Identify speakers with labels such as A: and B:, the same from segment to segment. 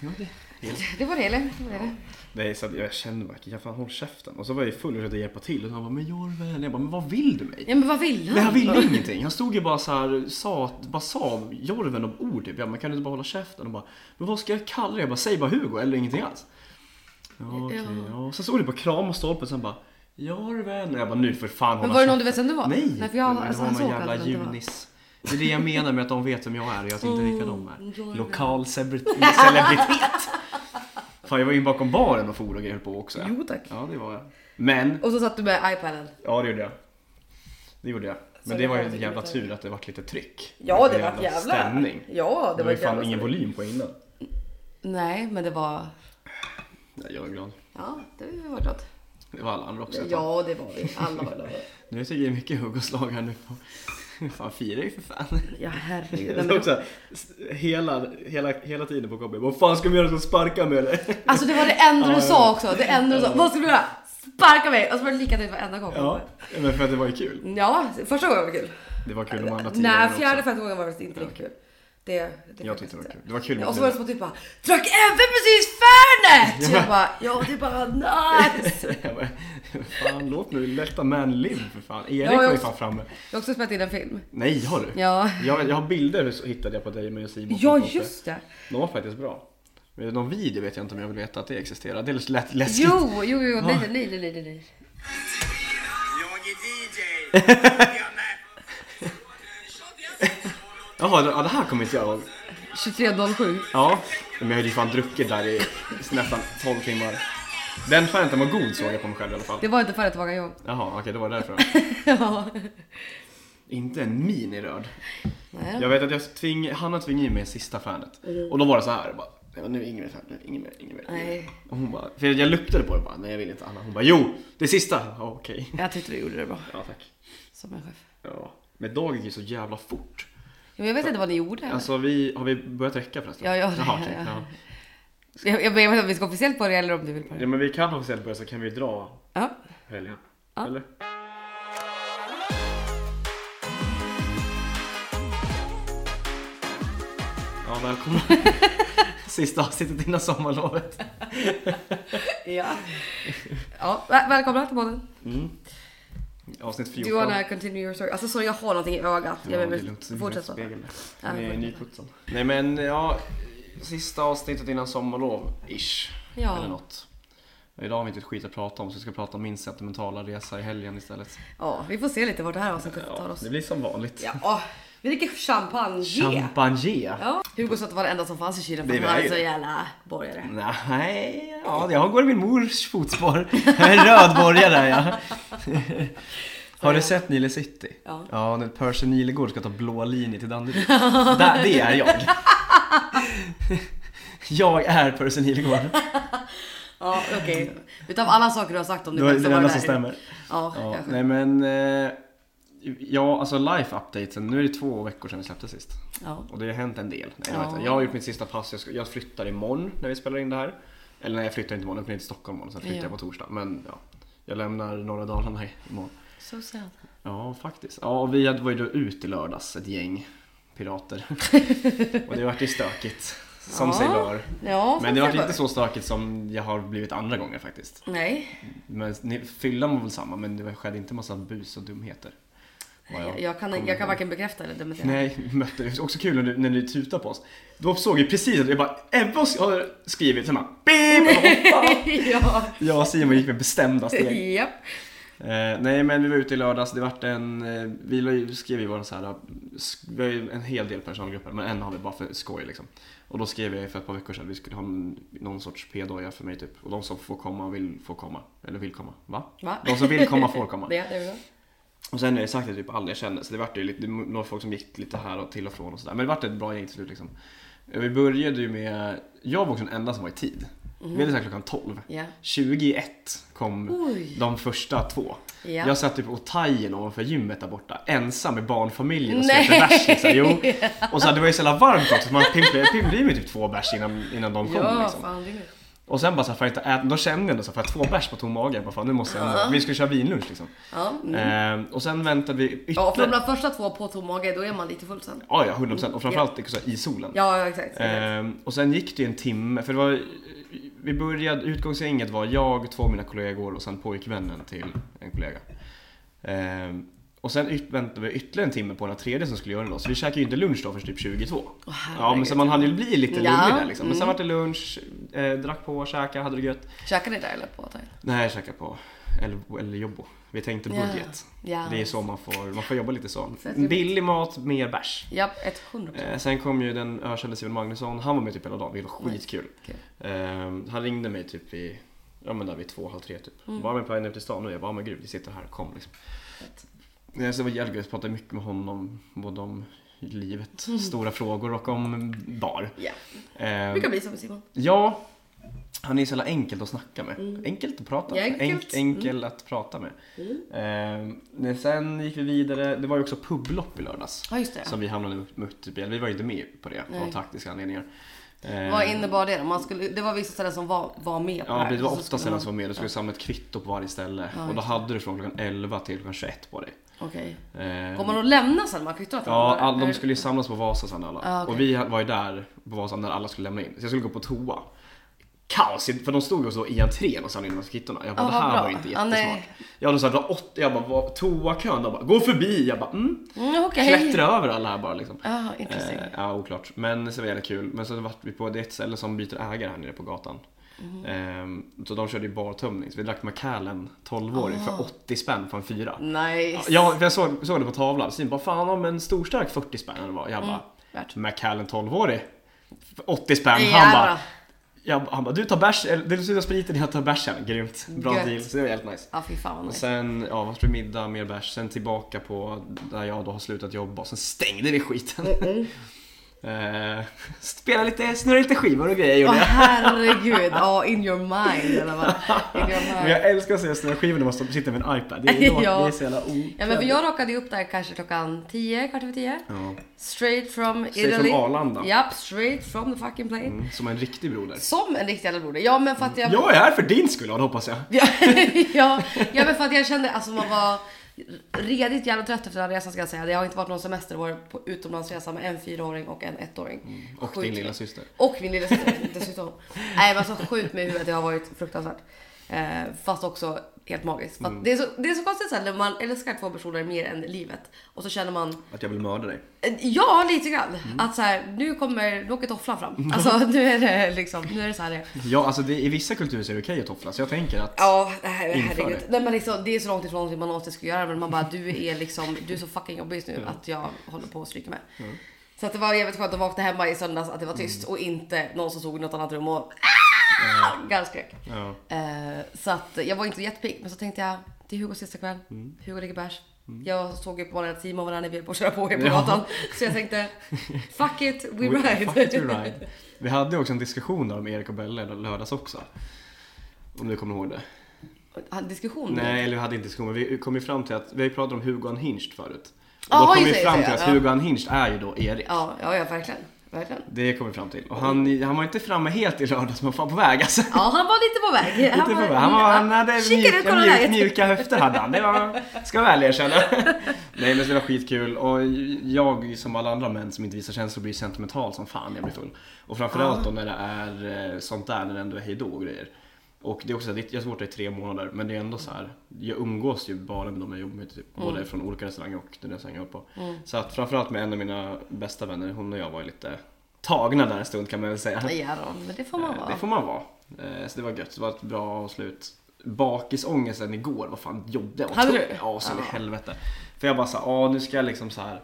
A: Ja, det.
B: Det var det eller? Det var det. eller?
A: Nej, så att jag kände bara, kan fan håll käften. Och så var jag ju full och försökte hjälpa till. Och han bara, men Jorven. Jag bara, men vad vill du mig?
B: Ja men vad vill han?
A: Nej, han ville ingenting. Han stod ju bara så här, sa, bara sa Jorven om ord typ. Jag bara, kan du inte bara hålla käften? Och bara, men vad ska jag kalla dig? Jag bara, säg bara Hugo eller ingenting alls. Ja, okej,
B: Ja.
A: ja. Sen stod det på kram och stolpen, sen bara, Jorven. Och jag bara, nu för fan
B: Men
A: hålla
B: var det någon du
A: käften.
B: vet vem det var?
A: Nej,
B: för jag,
A: men
B: alltså,
A: det
B: han
A: var någon
B: såg
A: jävla
B: aldrig vem det var.
A: junis. Det är det jag menar med att de vet vem jag är och jag vet inte vilka de är.
B: Jorven.
A: Lokal celebri- celebritet. Fan, jag var in bakom baren och for och grejer på också.
B: Jo tack.
A: Ja, det var jag. Men,
B: Och så satt du med iPaden.
A: ja det gjorde jag. Det gjorde jag. Men
B: Så
A: det
B: det
A: var ju
B: var
A: en jävla
B: lite-
A: tur att det vart lite tryck.
B: Ja det
A: En
B: var jävla
A: Stämning.
B: Ja det,
A: Det var ju
B: ett jävla
A: fan ingen
B: stämning.
A: volym på innan.
B: Nej men det var...
A: Nej, jag är glad.
B: Ja det var klart.
A: Det var alla andra också. ett tag.
B: Ja det var vi. Alla var glada.
A: Nu tycker jag det är mycket hugg och slag här nu. Fan, fira ju för fan.
B: Ja herregud. Nej,
A: Jag
B: men
A: såg
B: det,
A: också hela, hela, hela tiden på Kobbe. Vad fan ska vi göra? Ska vi sparka mig eller?
B: alltså det var det enda
A: Ja, ja.
B: du sa också. Det enda du sa.
A: Ja.
B: Vad ska du göra? Sparka mig! Och så var det likadant varenda gång.
A: Ja, men för att det var ju kul.
B: Ja, första gången var det kul.
A: Det var kul de andra tio
B: Nej,
A: gångerna
B: fjärde,
A: också.
B: femte gången var det faktiskt inte lika kul. Det, det
A: Jag tyckte det var kul. Det var kul
B: Ja,
A: med
B: och så var det
A: tiden.
B: som att typ bara Drack MV precis Fernet! Jag bara ja det är bara nice!
A: Jag bara, Fan, låt nu lätta man live för fan. Erik
B: jag
A: var ju
B: också.
A: fan framme.
B: Jag har också spelat in en film.
A: Nej, har du?
B: Ja,
A: Jag, jag har bilder så hittade jag på dig med Simon.
B: ja
A: från Kobbe.
B: just det.
A: De var faktiskt bra. Men någon video vet jag inte om jag vill veta att det existerar. Det lät lät läskigt.
B: Jo, jo, jo, nej, nej, nej, nej, nej, nej.
C: Jag är DJ. Jag med.
A: Jaha, det- ja, det här kommer inte jag ihåg.
B: 23.07.
A: Ja, men jag hade ju fan druckit där i nästan 12 timmar. Den fanten var god såg jag på mig själv i alla fall.
B: Det var inte förra tillbaka jag.
A: Jaha, okej det var därför.
B: Ja.
A: Inte en miniröd.
B: Nej.
A: Jag vet att jag tving, Hanna tvingade i mig sista fanet. Och då var det så här. Bara, "Ja, nu är det inget mer fan, nu är det inget mer, inget mer. inget
B: Mm. Nej.
A: mer." Och hon bara, för jag luktade på det bara, nej jag vill inte Hanna. Hon bara, jo, det är sista. Ja, okej.
B: Jag tyckte du gjorde det bra
A: Ja tack.
B: som en chef.
A: Ja. Men dagen gick så jävla fort.
B: Ja, Men jag vet inte vad ni gjorde.
A: Alltså vi, har vi börjat räcka förresten?
B: Ja, ja, det-
A: Jaha, okej,
B: ja.
A: ja.
B: Jag, jag, jag vet inte om vi ska officiellt på det eller om du vill på
A: ja
B: det.
A: men vi kan officiellt börja så kan vi dra
B: Ja.
A: helgen.
B: Ja.
A: Eller? Ja, välkomna. Sista avsnittet innan sommarlovet.
B: Ja. ja. väl- Välkomna till podden.
A: Avsnitt 14.
B: Do you wanna continue your story? Alltså sorry jag har någonting i ögat.
A: Ja,
B: Jag
A: det är
B: vill
A: lugnt. Det är
B: fortsätta.
A: en spegel.
B: Ja,
A: Den
B: det
A: är
B: får-
A: nyputsad. Nej men ja, sista avsnittet innan sommarlov, ish.
B: Ja.
A: Eller något. Idag har vi inte ett skit att prata om så vi ska prata om min sentimentala resa i helgen istället.
B: Ja, vi får se lite vart det här avsnittet tar
A: Ja,
B: oss.
A: det blir som vanligt.
B: Ja, åh, vi dricker champagne.
A: Champagne!
B: Ja. Hugo sa att det var det enda som fanns i kylen för
A: Det Mm.
B: att han är
A: väger.
B: så jävla borgare.
A: Nej, ja, jag går i min mors fotspår. Jag är en rödborgare ja. Har du sett Nile City?
B: Ja.
A: Ja, när Percy Nilegård ska ta blå linje till Danderyd. Där, det är jag. Jag är Percy Nilegård.
B: Ja, okej. Utav alla saker du har sagt om
A: Det är
B: så
A: den
B: var
A: enda
B: där.
A: som stämmer.
B: Ja,
A: Ja,
B: kanske.
A: nej men... eh, Ja, alltså life-updaten. Nu är det två veckor sedan vi släppte sist.
B: ja.
A: Och det har hänt en del. Nej, jag, vet
B: Ja.
A: inte. jag har gjort mitt sista pass. Jag, ska, jag flyttar imorgon när vi spelar in det här. Eller nej, jag flyttar inte imorgon. Jag flyttar till Stockholm imorgon. Sen flyttar
B: Ja.
A: jag på torsdag. Men ja, jag lämnar norra Dalarna i- imorgon.
B: So sad.
A: Ja, faktiskt. Ja, och vi hade- var ju då ute i lördags, ett gäng pirater. och det vart ju stökigt. Som
B: Ja,
A: sig bör.
B: Ja,
A: Men det
B: var
A: vart inte så stökigt som jag har blivit andra gånger faktiskt.
B: Nej,
A: Men ni- fyllan var väl samma, men det skedde inte massa bus och dumheter. Vad
B: jag, jag, kan,
A: kommer
B: jag kan
A: ihåg.
B: varken bekräfta eller dementera.
A: Nej, vi mötte, det var också kul när du, när du tutade på oss. Då såg jag precis att jag bara, Ebba har skrivit, sen bara, beep!
B: ja.
A: Jag och Simon gick med bestämda steg.
B: Japp.
A: Eh, nej men vi var ute i lördags, det vart en, eh, vi la ju- skrev ju våran så här, sk- vi har ju en hel del personalgrupper men en har vi bara för skoj liksom. Och då skrev jag för ett par veckor sedan, vi skulle ha en, någon sorts p-doja för mig typ. Och de som får komma vill få komma, eller vill komma, va?
B: Va?
A: De som vill komma får komma.
B: Det, det är bra.
A: Och sen har jag sagt det typ alla jag känner, så det vart ju lite, det var några folk som gick lite här och till och från och sådär. Men det vart ett bra gäng till slut liksom. Eh, Vi började ju med, jag var också den enda som var i tid. Vi hade sagt klockan 12.
B: Mhm. Ja.
A: 21 kom
B: Oj.
A: de första två.
B: Ja.
A: Jag satt typ på Otajen ovanför gymmet där borta, ensam med barnfamiljen och
B: Nej.
A: släppte bärs liksom. Jo. Och så hade det var ju så jävla varmt också, så man pimplade, jag pimplade i mig typ två bärs innan, innan de kom
B: Ja,
A: liksom.
B: fan det är
A: Och sen bara så här, för att inte äta, då kände jag ändå så här, för att två bärs på tom mage, bara fan nu måste jag ändå, vi skulle köra vinlunch liksom.
B: Ja, mm.
A: Eh, och sen väntade vi
B: ja för de
A: ytterligare,
B: där första två på tom mage, då är man lite full sen.
A: ja ja 100% och framförallt liksom, så här, i solen.
B: Ja, ja, exakt. exakt.
A: Ehm, och sen gick det ju en timme, för det var, vi började, utgångsgänget var jag, två av mina kollegor och sen pojkvännen till en kollega. Ehm, och sen yt- väntade vi ytterligare en timme på den här tredje som skulle göra en låt, så vi käkade ju inte lunch då förrän typ 22. ja, men
B: herregud.
A: så man hann ju bli lite lugn
B: Ja, Mm.
A: där liksom. Men sen var det lunch, eh, drack på, käkade, hade det gött.
B: Käkar ni där eller på hotell?
A: Nej, jag käkade på El, El Jobbo. Vi tänkte
B: Ja,
A: budget.
B: ja.
A: Det är så man får, man får jobba lite så.
B: Så jag tror-
A: Billig mat, mer bärs.
B: Ja, 100%.
A: Eh, sen kom ju den ökände Simon Magnusson, han var med typ hela dagen, vilket var skitkul.
B: Kul.
A: Ehm, han ringde mig typ vid, ja men där vid två, halv tre typ. Var med på väg ner till stan nu? Jag bara, ja men gud vi sitter här, kom liksom. Eh, Så det var jävligt gött, pratade mycket med honom, både om livet, stora frågor och om bar.
B: Ja,
A: Ehm,
B: brukar bli som Simon.
A: Ja, han är så jävla enkelt att snacka med. Enkelt att prata med.
B: Mm. Enkelt. Mm.
A: enkel att prata med. Ehm, men sen gick vi vidare, det var ju också publopp i lördags.
B: Ja, just det.
A: Som vi hamnade upp mot i. Vi var ju inte med på det av
B: Nej.
A: taktiska anledningar. Ehm,
B: Vad innebar det då? Man skulle, det var vissa ställen som var, var med på
A: Ja,
B: här.
A: det var
B: Så
A: åtta
B: skulle
A: ställen
B: man-
A: som var med. Du skulle samla ett kvitto på varje ställe.
B: Ja,
A: och då
B: just
A: hade du från klockan 11 till klockan 21 på dig.
B: Okej.
A: Ehm,
B: Går man och lämnar sen? Man kvittar
A: Ja, all, de skulle ju samlas på Vasa sen alla.
B: Ja, eh, ah, okej.
A: Och vi var ju där på Vasa när alla skulle lämna in. Så jag skulle gå på toa. Kaos! För de stod ju så i entrén och samlade in de här kvittorna. Jag bara,
B: Ja,
A: det
B: Ah, vad
A: här
B: bra.
A: var inte
B: Ja, nej.
A: jättesmart. jag hade såhär, åtta, jag bara, vad- toakön, de bara, gå förbi! Jag bara, mm.
B: Mm, okej.
A: Klättra över alla här bara liksom.
B: Ja, interesting.
A: Eh, ja, oklart. Men så var det jävligt kul. Men så vart vi på, det är ett ställe som byter ägare här nere på gatan.
B: Mhm.
A: Eh, så de körde ju bartömning, så vi drack Macallan 12-åring
B: Ah.
A: för 80 spänn för en fyra.
B: Nice.
A: Ja, för jag såg, såg det på tavlan. Så jag bara, fan om en storstark 40 spänn eller vad. Jag bara,
B: Mm, värt.
A: Macallan 12-årig. 80 spänn.
B: Ja.
A: Han bara, jag, han bara, du tar bärs, eller du slutar spriten, jag tar bärsen. Grymt. Bra
B: Gött.
A: deal. Så det var helt nice.
B: Ja, fy fan vad
A: Och
B: nice.
A: sen, ja, vart det middag, mer bärs. Sen tillbaka på där jag då har slutat jobba. Och Sen stängde vi skiten.
B: Mm,
A: Eh, Spela lite, snurra lite skivor och grejer
B: Åh
A: gjorde jag.
B: herregud, ja in your mind eller vad? In your
A: Men
B: mind.
A: jag älskar att se snurra skivor när man står- sitter med en iPad. Det är, då,
B: Ah. Ja.
A: det är så jävla otrevligt.
B: Ja men för jag rakade ju upp där kanske klockan 10, kvart över 10.
A: Ja.
B: Straight from Italy.
A: Straight from Arlanda.
B: Japp, straight from the fucking plane.
A: Mm, Som en riktig broder.
B: Som en riktig jävla broder. Ja men för att jag...
A: Jag är här för din skull, Adam, hoppas jag.
B: Ja, ja, ja men för att jag kände, alltså man var redigt jävla trött efter den här resan ska jag säga. Det har inte varit någon semester, det har varit på utomlandsresa med en fyraåring och en ettåring.
A: Mm, Och
B: Sjukt.
A: din lilla syster.
B: Och min lilla syster dessutom. Nej men alltså skjut mig i huvudet, det har varit fruktansvärt. Eh, fast också helt magiskt. För att
A: Mm.
B: det, är så, det är så konstigt så här, när man älskar två personer mer än livet och så känner man eh,
A: Att jag vill mörda dig.
B: Ja, lite grann.
A: Mm.
B: Att så här, nu kommer, nu åker tofflan fram. Alltså nu är det liksom, nu är det så här det är.
A: Ja, alltså det, i vissa kulturer så är det okej att toffla, så jag tänker att...
B: Ja, det här,
A: Inför
B: herregud.
A: det.
B: Nej, men liksom, det är så långt ifrån någonting man någonsin skulle göra men man bara du är liksom, du är så fucking jobbig just nu att jag håller på att stryka med. Så att det var jävligt skönt att vakna hemma i söndags att det var
A: Mm.
B: tyst och inte någon som såg i något annat rum och ah! gallskrek.
A: Ja.
B: Eh, så att jag var inte så jättepigg men så tänkte jag det är Hugos sista kväll.
A: Mm.
B: Hugo dricker bärs. Jag såg ju på morgonen att Simon var där när vi höll på att köra på er på
A: Ja.
B: gatan. Så jag tänkte fuck it, we ride.
A: Fuck it, we ride. Vi hade ju också en diskussion där om Erik och Bella i lördags också. Om du kommer ihåg det?
B: Han- Diskussion?
A: Nej, eller vi hade inte diskussion, men vi kom ju fram till att, vi har ju pratat om Hugo Unhinged förut. Och
B: Jaha,
A: då kom vi
B: just det,
A: fram
B: just
A: till
B: det,
A: att
B: ja.
A: Hugo Unhinged är ju då Erik.
B: Ja, ja, ja verkligen. verkligen.
A: Det kom vi fram till. Och han, han var inte framme helt i lördags, men fan på väg alltså.
B: Ja, han var lite på väg.
A: Lite för mig. Han, var, han hade
B: Kikade,
A: mjuka,
B: kolla
A: mjuk,
B: läget.
A: mjuka höfter hade han. Det var, ska jag väl erkänna. Nej men så det var skitkul och jag som alla andra män som inte visar känslor blir sentimental som fan när jag blir full. Och framförallt då när det är eh, sånt där när det ändå är hejdå och grejer. Och det är också så här, det- jag har varit där i tre månader men det är ändå så här. Jag umgås ju bara med de jag jobbar med
B: Mm.
A: typ. Både från olika restauranger och den restaurang jag jobbar på. Så att framförallt med en av mina bästa vänner, hon och jag var ju lite tagna där en stund kan man väl säga.
B: Ja då, men det får man
A: Eh,
B: vara.
A: Det får man vara. Eh, Så det var gött. Det var ett bra avslut. Bakisångesten igår, vad fan jobbig jag var.
B: Hade
A: tung.
B: du?
A: Ja, så in i
B: Ja.
A: helvete. För jag bara sa, ja nu ska jag liksom så här.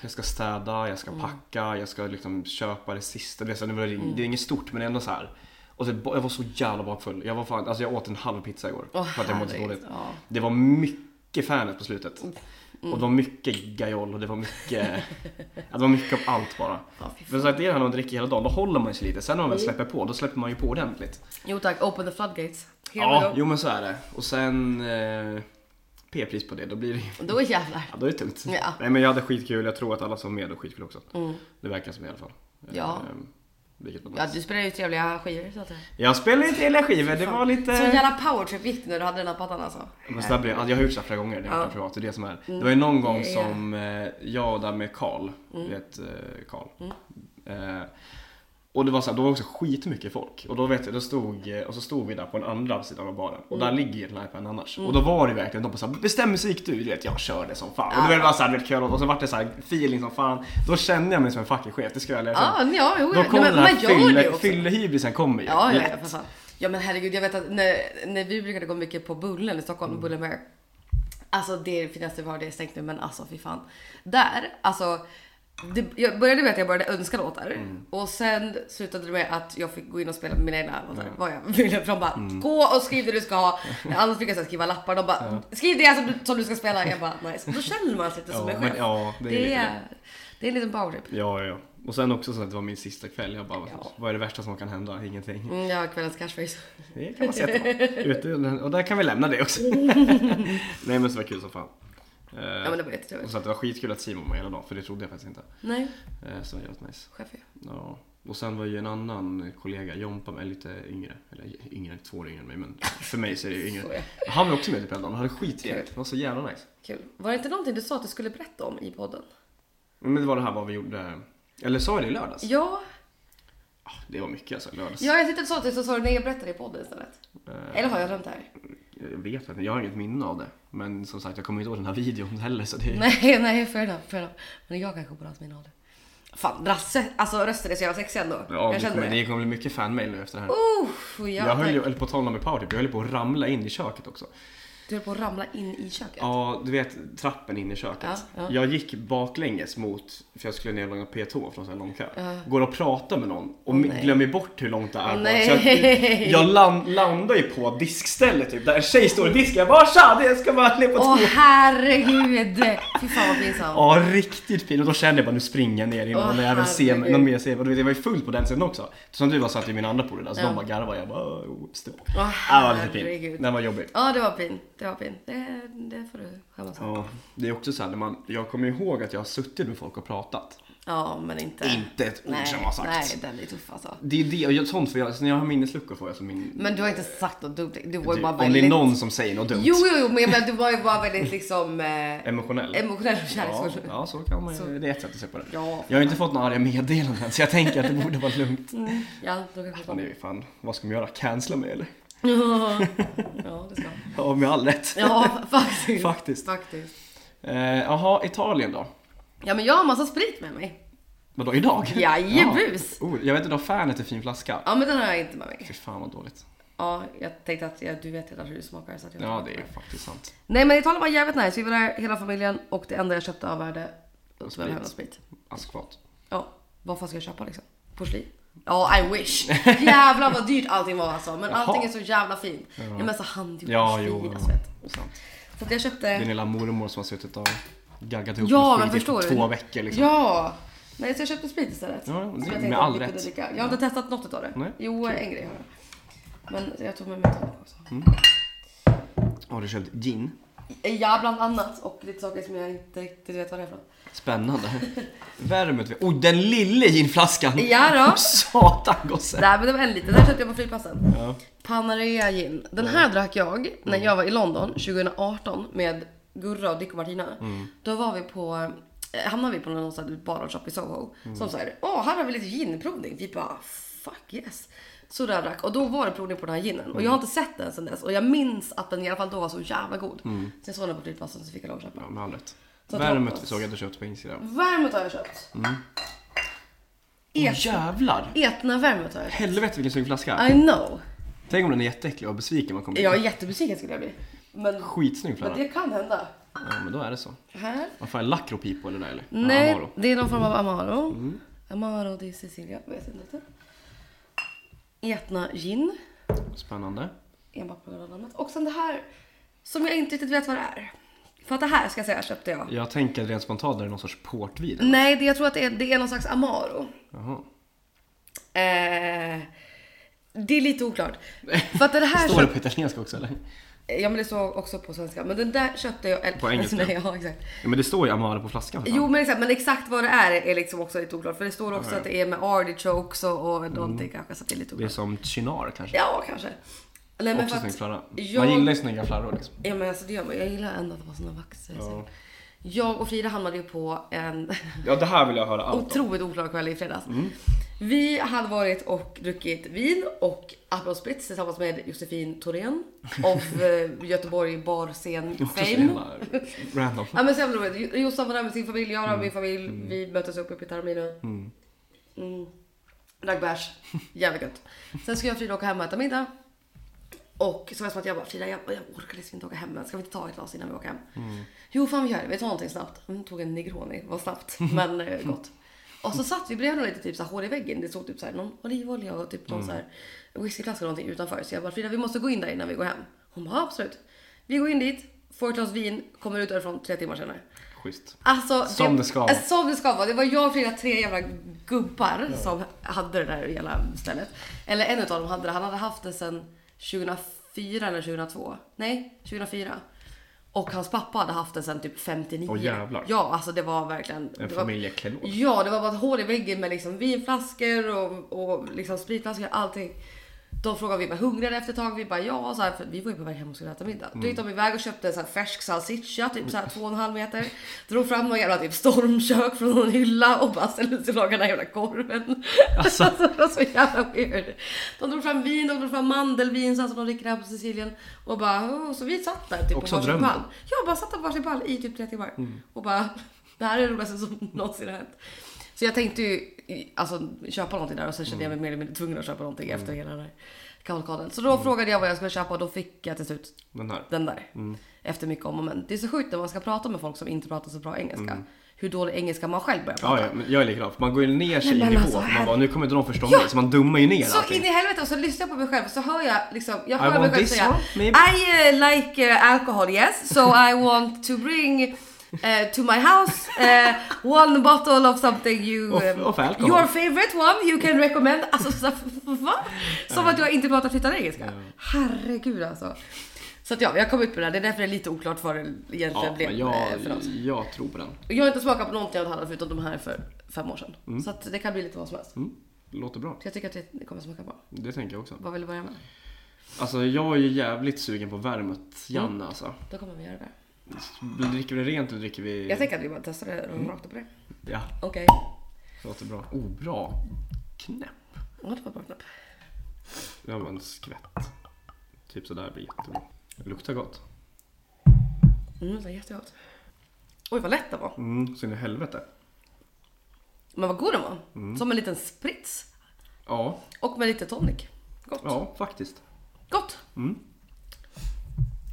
A: Jag ska städa, jag ska
B: Mm.
A: packa, jag ska liksom köpa det sista. Det är, så, det var, det är inget stort men ändå så här. Och så, jag var så jävla bakfull. Jag, var fan, alltså jag åt en halv pizza igår.
B: Åh,
A: för att jag mådde så
B: härligt.
A: dåligt.
B: Ja.
A: Det var mycket Fanet på slutet.
B: Mm.
A: Och det var mycket gajol och det var mycket... ja, det var mycket av allt bara.
B: Ja, fy fan. Mm.
A: Men så att det är när man dricker hela dagen, då håller man sig lite. Sen när man väl släpper på, då släpper man ju på ordentligt.
B: Jo tack, open the floodgates. Here
A: ja,
B: we
A: jo
B: go.
A: men så är det. Och sen... Eh, P-pris på det, då blir det ju-
B: Då jävlar.
A: Ja, då är det tungt.
B: Ja. Mm.
A: Nej men jag hade skitkul, jag tror att alla som var med hade skitkul också. Det verkar som i alla fall.
B: Ja.
A: Ehm, Vilket var
B: Ja,
A: nice.
B: du spelar ju trevliga skivor så att det...
A: Jag spelade lite hela skivor, det var lite...
B: Så jävla powertrip gick det när du hade den här pattan alltså.
A: Men så där blev, alltså jag har gjort så här flera gånger när jag
B: Ja. Mm.
A: varit privat. Det, är det, som är. det var ju någon gång
B: Ja, Mm. ja.
A: som eh, jag och där med Karl, du vet eh, Karl.
B: Mm.
A: Eh, och det var så här, då var också skitmycket folk. Och då vet jag, då stod, eh, och så stod vi där på den andra sidan av baren. Och där
B: Mm.
A: ligger ju den här iPaden annars. Och då var det verkligen, de bara så här, bestäm musik du, du vet jag kör det som fan. Och
B: Ja.
A: det var det bara så här, du vet, kör, och så vart det så här feeling som fan. Då kände jag mig som en fucking chef, det ska jag erkänna.
B: Ja, ja, jo,
A: Då
B: ja.
A: kom
B: Nej,
A: den här
B: man gör det
A: fylle-
B: också.
A: fyllehybrisen kommer ju.
B: Ja, ja,
A: Lätt.
B: ja, för fan. Ja, men herregud, jag vet att när, när vi brukade gå mycket på Bullen i Stockholm,
A: Mm.
B: Bullen Bear. Alltså det är det finaste vi har, det är stängt nu, men alltså fy fan. Där, alltså. Det, jag började med att jag började önska låtar
A: Mm.
B: och sen slutade det med att jag fick gå in och spela med mina egna låtar. Vad jag ville. För de bara,
A: Mm.
B: gå och skriv det du ska ha. Annars fick jag så här skriva lappar. De bara, skriv det som du, som du ska spela. Jag bara, nice. Då känner man sig lite som
A: Ja,
B: en
A: men
B: chef.
A: ja, det är
B: det,
A: lite
B: är, det är en liten powertrip.
A: Ja, ja, ja. Och sen också så att det var min sista kväll. Jag bara,
B: Ja.
A: vad är det värsta som kan hända? Ingenting.
B: Mm, jag har kvällens cashface.
A: Det kan man säga att det var. Ute, och där kan vi lämna det också. Nej men så var det kul som fan. Eh,
B: Ja, men det var jättetrevligt.
A: och så att det var skitkul att Simon var med hela dagen, för det trodde jag faktiskt inte.
B: Nej,
A: Eh, så det var jävligt nice.
B: chef är jag.
A: Ja. Och sen var ju en annan kollega, Jompa, med lite yngre. Eller yngre, två år yngre än mig, men för mig så är det ju yngre.
B: Sorry.
A: Han var också med typ hela dagen, han hade skittrevligt. Det var så jävla nice.
B: Kul. Var det inte någonting du sa att du skulle berätta om i podden?
A: Men det var det här vad vi gjorde. Eller sa jag det i lördags?
B: Ja,
A: Ah, Det var mycket alltså, i lördags.
B: ja jag tyckte att du sa det så sa du när jag berättade i podden istället.
A: Eh,
B: Eller har jag drömt det här?
A: Jag vet inte, jag har inget minne av det. Men som sagt, jag kommer inte ihåg den här videon heller så det är...
B: Nej, nej, fair enough, fair enough. Men jag kanske borde ha haft min ålder. Fan, Brasse, alltså rösten är så jävla sexig ändå.
A: Ja,
B: jag
A: det,
B: kände
A: kommer, det
B: det.
A: kommer bli mycket fanmail nu efter det här.
B: Uff, ja,
A: jag höll ju,
B: tack.
A: eller på tal om powertrip, jag höll på att ramla in i köket också.
B: Du höll på att ramla in i köket.
A: Ja, du vet trappen in i köket.
B: Ja, ja.
A: Jag gick baklänges mot, för jag skulle ner och långa P2 från en lång kö.
B: Ja.
A: Går och pratar med någon och
B: Åh,
A: mi-
B: nej.
A: glömmer bort hur långt det är
B: Åh,
A: bort.
B: nej.
A: Så jag, jag land, landar ju på diskstället typ, där en tjej står i disken. Jag bara tja, det ska bara ner på
B: Åh
A: två.
B: herregud! Fy fan vad pinsamt.
A: Ja, riktigt fin. Och då kände jag bara nu springer jag ner innan
B: Åh,
A: någon jävel ser mig.
B: herregud.
A: Någon mer ser mig. Och du vet, Det var ju fullt på den sidan också. Som du var satt ju mina andra polare där, så
B: Ja.
A: de bara garvade. Jag bara oops, det var.
B: Åh,
A: Ja, det var lite
B: herregud.
A: fin. Den var jobbig.
B: Ja, det var pin. Det var pin. Det, det får du skämmas för.
A: Ja, det är också så här, när man, jag kommer ihåg att jag har suttit med folk och pratat.
B: Ja, men inte.
A: Inte ett ord
B: nej,
A: som har sagts.
B: Nej, den är tuff alltså.
A: Det är det, och jag, sånt får jag, så när jag har minnesluckor får jag som min...
B: Men du har inte sagt något dumt. Du var ju
A: Typ,
B: bara
A: om det är någon som säger något dumt.
B: Jo, jo, jo, men jag menar, du var ju bara väldigt liksom eh,
A: Emotionell.
B: emotionell och
A: ja,
B: kärleksfull.
A: ja, så kan man
B: Så-
A: ju. Det är ett sätt att se på det.
B: Ja,
A: jag har inte fått några arga meddelanden så jag tänker att det borde vara lugnt.
B: Ja, då kanske
A: Men det är ju fan, vad ska man göra? Cancella mig eller?
B: Ja, ja, det ska
A: Ja, med all rätt.
B: Ja, faktiskt.
A: Faktiskt.
B: faktiskt.
A: Eh, Jaha, Italien då?
B: Ja, men jag har massa sprit med mig.
A: Vadå, idag?
B: Jajebus.
A: Ja. Oh, jag vet inte, du har Fanet i fin flaska?
B: Ja, men den har jag inte med mig.
A: Fy fan vad dåligt.
B: Ja, jag tänkte att jag, du vet redan hur det smakar. Så att jag
A: Ja, det är faktiskt sant.
B: Nej, men Italien var jävligt nice. Vi var där hela familjen och det enda jag köpte av värde var en
A: Sprit.
B: jävla sprit.
A: Askfat.
B: Ja, vad fan ska jag köpa liksom? Porslin? Ja, I wish! Jävlar vad dyrt allting var alltså. Men
A: Jaha.
B: allting är så jävla fint. Ja. men så handgjort
A: Ja,
B: porslin,
A: jo.
B: alltså, vet.
A: Ja, sant.
B: Så att jag
A: Din
B: köpte...
A: lilla mormor som har suttit och gaggat ihop
B: Ja,
A: med
B: men
A: skit i
B: förstår du?
A: två veckor liksom.
B: Ja! Nej, så jag köpte sprit istället.
A: Ja, det-
B: Som jag
A: med
B: tänkte att
A: all
B: vi kunde
A: rätt.
B: dricka. Jag har inte testat något utav det.
A: Nej,
B: jo, en grej har jag. Men jag tog med mig tonic också.
A: Har du köpt gin? Mm.
B: Ja, bland annat. Och lite saker som jag inte riktigt vet vad det är för något.
A: Spännande. Värmet vi. Oh, den lille ginflaskan!
B: Ja då.
A: Satan gosse!
B: Nej, men det var en liten. Den köpte jag på flygplatsen.
A: Ja.
B: Panarea gin. Den här drack jag när jag var i London 2018 med Gurra och Dick och Martina. Då var vi på eh, hamnade vi på någon sån här bar och shop i Soho. Som så här, åh här har vi lite ginprovning. Vi bara, fuck yes. Så där drack. Och då var det provning på den här ginen. Och jag har inte sett den sen dess. Och jag minns att den i alla fall då var så jävla god. Så jag såg den på flygplatsen så fick jag lov att köpa.
A: Ja, med all rätt.
B: Så att
A: Värmet
B: hoppas.
A: vi såg att du köpt på Instagram.
B: Värmet har jag köpt.
A: Åh
B: Et,
A: jävlar!
B: Etna-värmet har jag köpt.
A: Helvete vilken snygg flaska!
B: I know.
A: Tänk om den är jätteäcklig och besviken man kommer
B: Jag är
A: bli.
B: jättebesviken skulle jag bli. Men,
A: Skitsnygg
B: men
A: flaska.
B: det kan hända.
A: Ja, men då är det så.
B: Här.
A: Vad fan, är lackropipo eller det där, eller?
B: Nej,
A: Amaro. Mm.
B: det är någon form av Amaro. Amaro di Sicilia, vet inte riktigt. Etna gin,
A: Spännande.
B: enbart på grund av namnet. Och sen det här som jag inte riktigt vet vad det är. För att det här ska jag säga köpte jag.
A: Jag tänker rent spontant, är det någon sorts portvin? eller?
B: Nej, det, jag tror att det är, det är någon slags Amaro.
A: Jaha.
B: Eh, det är lite oklart. För att det här
A: Står det
B: köpte
A: på italienska också eller?
B: Ja men det står också på svenska. Men den där köpte jag. Eller,
A: På engelska.
B: Nej, ja exakt.
A: Ja, men det står ju Amaro på flaskan för fan.
B: Jo men exakt, men exakt vad det är är liksom också lite oklart. För det står också
A: Ja, ja.
B: att det är med artichokes och, och någonting kanske. Så att det är lite
A: Det är
B: oklart.
A: som Chinar kanske.
B: Ja kanske. Nej, men
A: Också
B: för
A: snygg
B: att,
A: flarra.
B: jag-
A: Man gillar ju snygga flarror liksom.
B: ja men alltså det gör man. Jag gillar ändå att det var såna vaxer.
A: Ja.
B: Jag och Frida hamnade ju på en
A: Ja, Mm. det här vill jag höra allt om.
B: otroligt oklar kväll i fredags. Vi hade varit och druckit vin och Aperol Spritz tillsammans med Josefin Thorén of eh, Göteborg barscen
A: Också så
B: fame.
A: jävla Random.
B: Ja men så jävla roligt. Jo- Jossan var där med sin familj, jag var där med min familj. Vi möttes upp uppe i Taormina. Mm. Drack bärs. Jävligt gött. Sen ska jag och Frida åka hem och äta middag. Och så var det som att jag bara, Frida jag, jag orkar liksom inte åka hem än. Ska vi inte ta ett glas innan vi åker hem? Jo fan vi gör det, vi tar någonting snabbt. Mm, tog en negroni, var snabbt men eh, gott. Och så satt vi bredvid någon lite typ så här hål i väggen. Det stod typ så här någon olivolja och typ någon så här whiskyflaska eller någonting utanför. Så jag bara, Frida vi måste gå in där innan vi går hem. Hon bara, "Ja, absolut. Vi går in dit, får ett glas vin, kommer ut därifrån tre timmar senare.
A: Schysst.
B: Alltså,
A: Som det ska vara.
B: eh, Som det ska vara. Det var jag och flera tre jävla gubbar som hade det där jävla stället. Eller en utav dem hade det. Han hade haft det sedan 2004 eller 2002. Nej, 2004. Och hans pappa hade haft det sedan typ 59.
A: Åh, jävlar.
B: Ja, alltså det var verkligen.
A: En
B: det var-
A: familjeklenob.
B: Ja, det var bara ett hål i väggen med liksom vinflaskor och, och liksom spritflaskor, allting. De frågade om vi var hungriga efter ett tag. Vi bara ja, så här, för vi var ju på väg hem och skulle äta middag. Då gick de iväg och köpte en så här färsk salsiccia, typ så här två och en halv meter. Drog fram någon jävla typ stormkök från någon hylla och bara ställde sig och lagade den här jävla korven. Alltså. det var så jävla weird. De drog fram vin, de drog fram mandelvin så här som de dricker här på Sicilien. Och bara, "Åh", så vi satt där typ
A: Också
B: på varsin
A: drömmen. Mm.
B: pall. Jag bara satt på varsin pall i typ tre timmar och bara det här är det roligaste som någonsin har hänt. Så jag tänkte ju i- alltså, köpa någonting där och sen kände
A: Mm.
B: jag mig mer eller mindre tvungen att köpa någonting efter hela den här kavalkaden. Så då
A: Mm.
B: frågade jag vad jag skulle köpa och då fick jag till slut
A: Den här.
B: den där.
A: Mm.
B: Efter mycket om och men. Det är så sjukt när man ska prata med folk som inte pratar så bra engelska. Hur dålig engelska man själv börjar prata.
A: Mm. Ja, ja, men jag är likadan. För Man går ju ner sig i
B: Nej, men
A: nivå.
B: alltså,
A: man
B: här-
A: bara, nu kommer inte de förstå
B: Ja!
A: mig. Så man dummar ju ner
B: Så in
A: allting.
B: i helvete och så lyssnar jag på mig själv och så hör jag liksom, jag
A: I
B: hör mig
A: want
B: själv
A: this
B: säga
A: one, maybe.
B: I eh, like eh, alcohol yes, so I want to bring eh, to my house eh, one bottle of something you
A: Of-
B: eh,
A: of alcohol.
B: your favorite one you can recommend. Alltså så, va? Som att jag inte pratar flytande engelska. Herregud alltså. Så att ja, jag kom ut med det här. Det är därför det är lite oklart vad det egentligen
A: Ja,
B: blev
A: men
B: eh,
A: jag,
B: för oss.
A: jag tror på den.
B: Och Jag har inte smakat på någonting av det här förutom de här för fem år sedan. Så att det kan bli lite vad som helst. Så
A: Mm, låter bra.
B: jag tycker att det kommer smaka bra.
A: Det tänker jag också.
B: Vad vill du börja med?
A: Alltså jag är ju jävligt sugen på värmet, Janne
B: Mm.
A: alltså.
B: Då kommer vi göra det.
A: Dricker vi det rent eller dricker vi...
B: Jag tänker att vi bara testar det
A: Mm.
B: rakt upp på det.
A: Ja,
B: Okej.
A: låter bra. Oh, bra. Knäpp.
B: Ja, det var bra knapp.
A: Det var en skvätt. Typ sådär blir jättebra. Det luktar gott.
B: Mm, det var jättegott. Oj, vad lätt det var.
A: Mm, så in i helvete.
B: Men vad god den var.
A: Mm.
B: Som en liten sprits.
A: Ja,
B: Och med lite tonic. Gott.
A: ja faktiskt.
B: Gott!
A: Mm.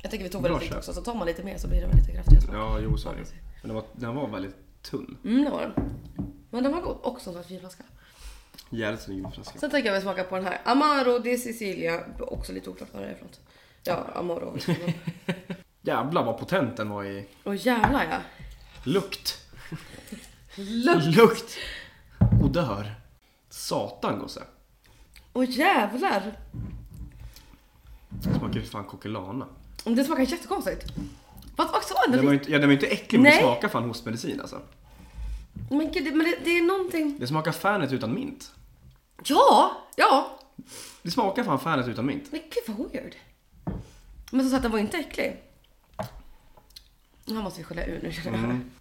B: Jag tänker vi tog
A: Bra
B: väldigt lite
A: köp.
B: också, så tar man lite mer så blir det väl lite kraftigare smak.
A: Ja, jo så är det ju. Men den var, den var väldigt tunn.
B: Mm, det var den. Men den var god. Och som sagt vinflaska.
A: Jävligt snygg flaska.
B: Sen tänker jag vi smaka på den här. Amaro di Sicilia. Också lite oklart vad det är för något. Ja, Amaro.
A: Jävlar vad potent den var i
B: Åh jävlar ja.
A: lukt.
B: Lukt!
A: Lukt! Odör. Satan gosse.
B: Åh jävlar!
A: Det smakar ju fan kokelana.
B: Det smakar jättekonstigt. Vad, vad sa den?
A: Den var ju inte, ja, den var ju inte äcklig men det
B: Nej.
A: smakar fan hostmedicin alltså.
B: Men gud, det- men det, det är någonting.
A: Det smakar Fanet utan mint.
B: Ja, ja.
A: Det smakar fan Fanet utan mint.
B: Men gud vad weird. Men som sagt, den var ju inte äcklig. Den här måste vi skölja ur nu känner jag.
A: Mm.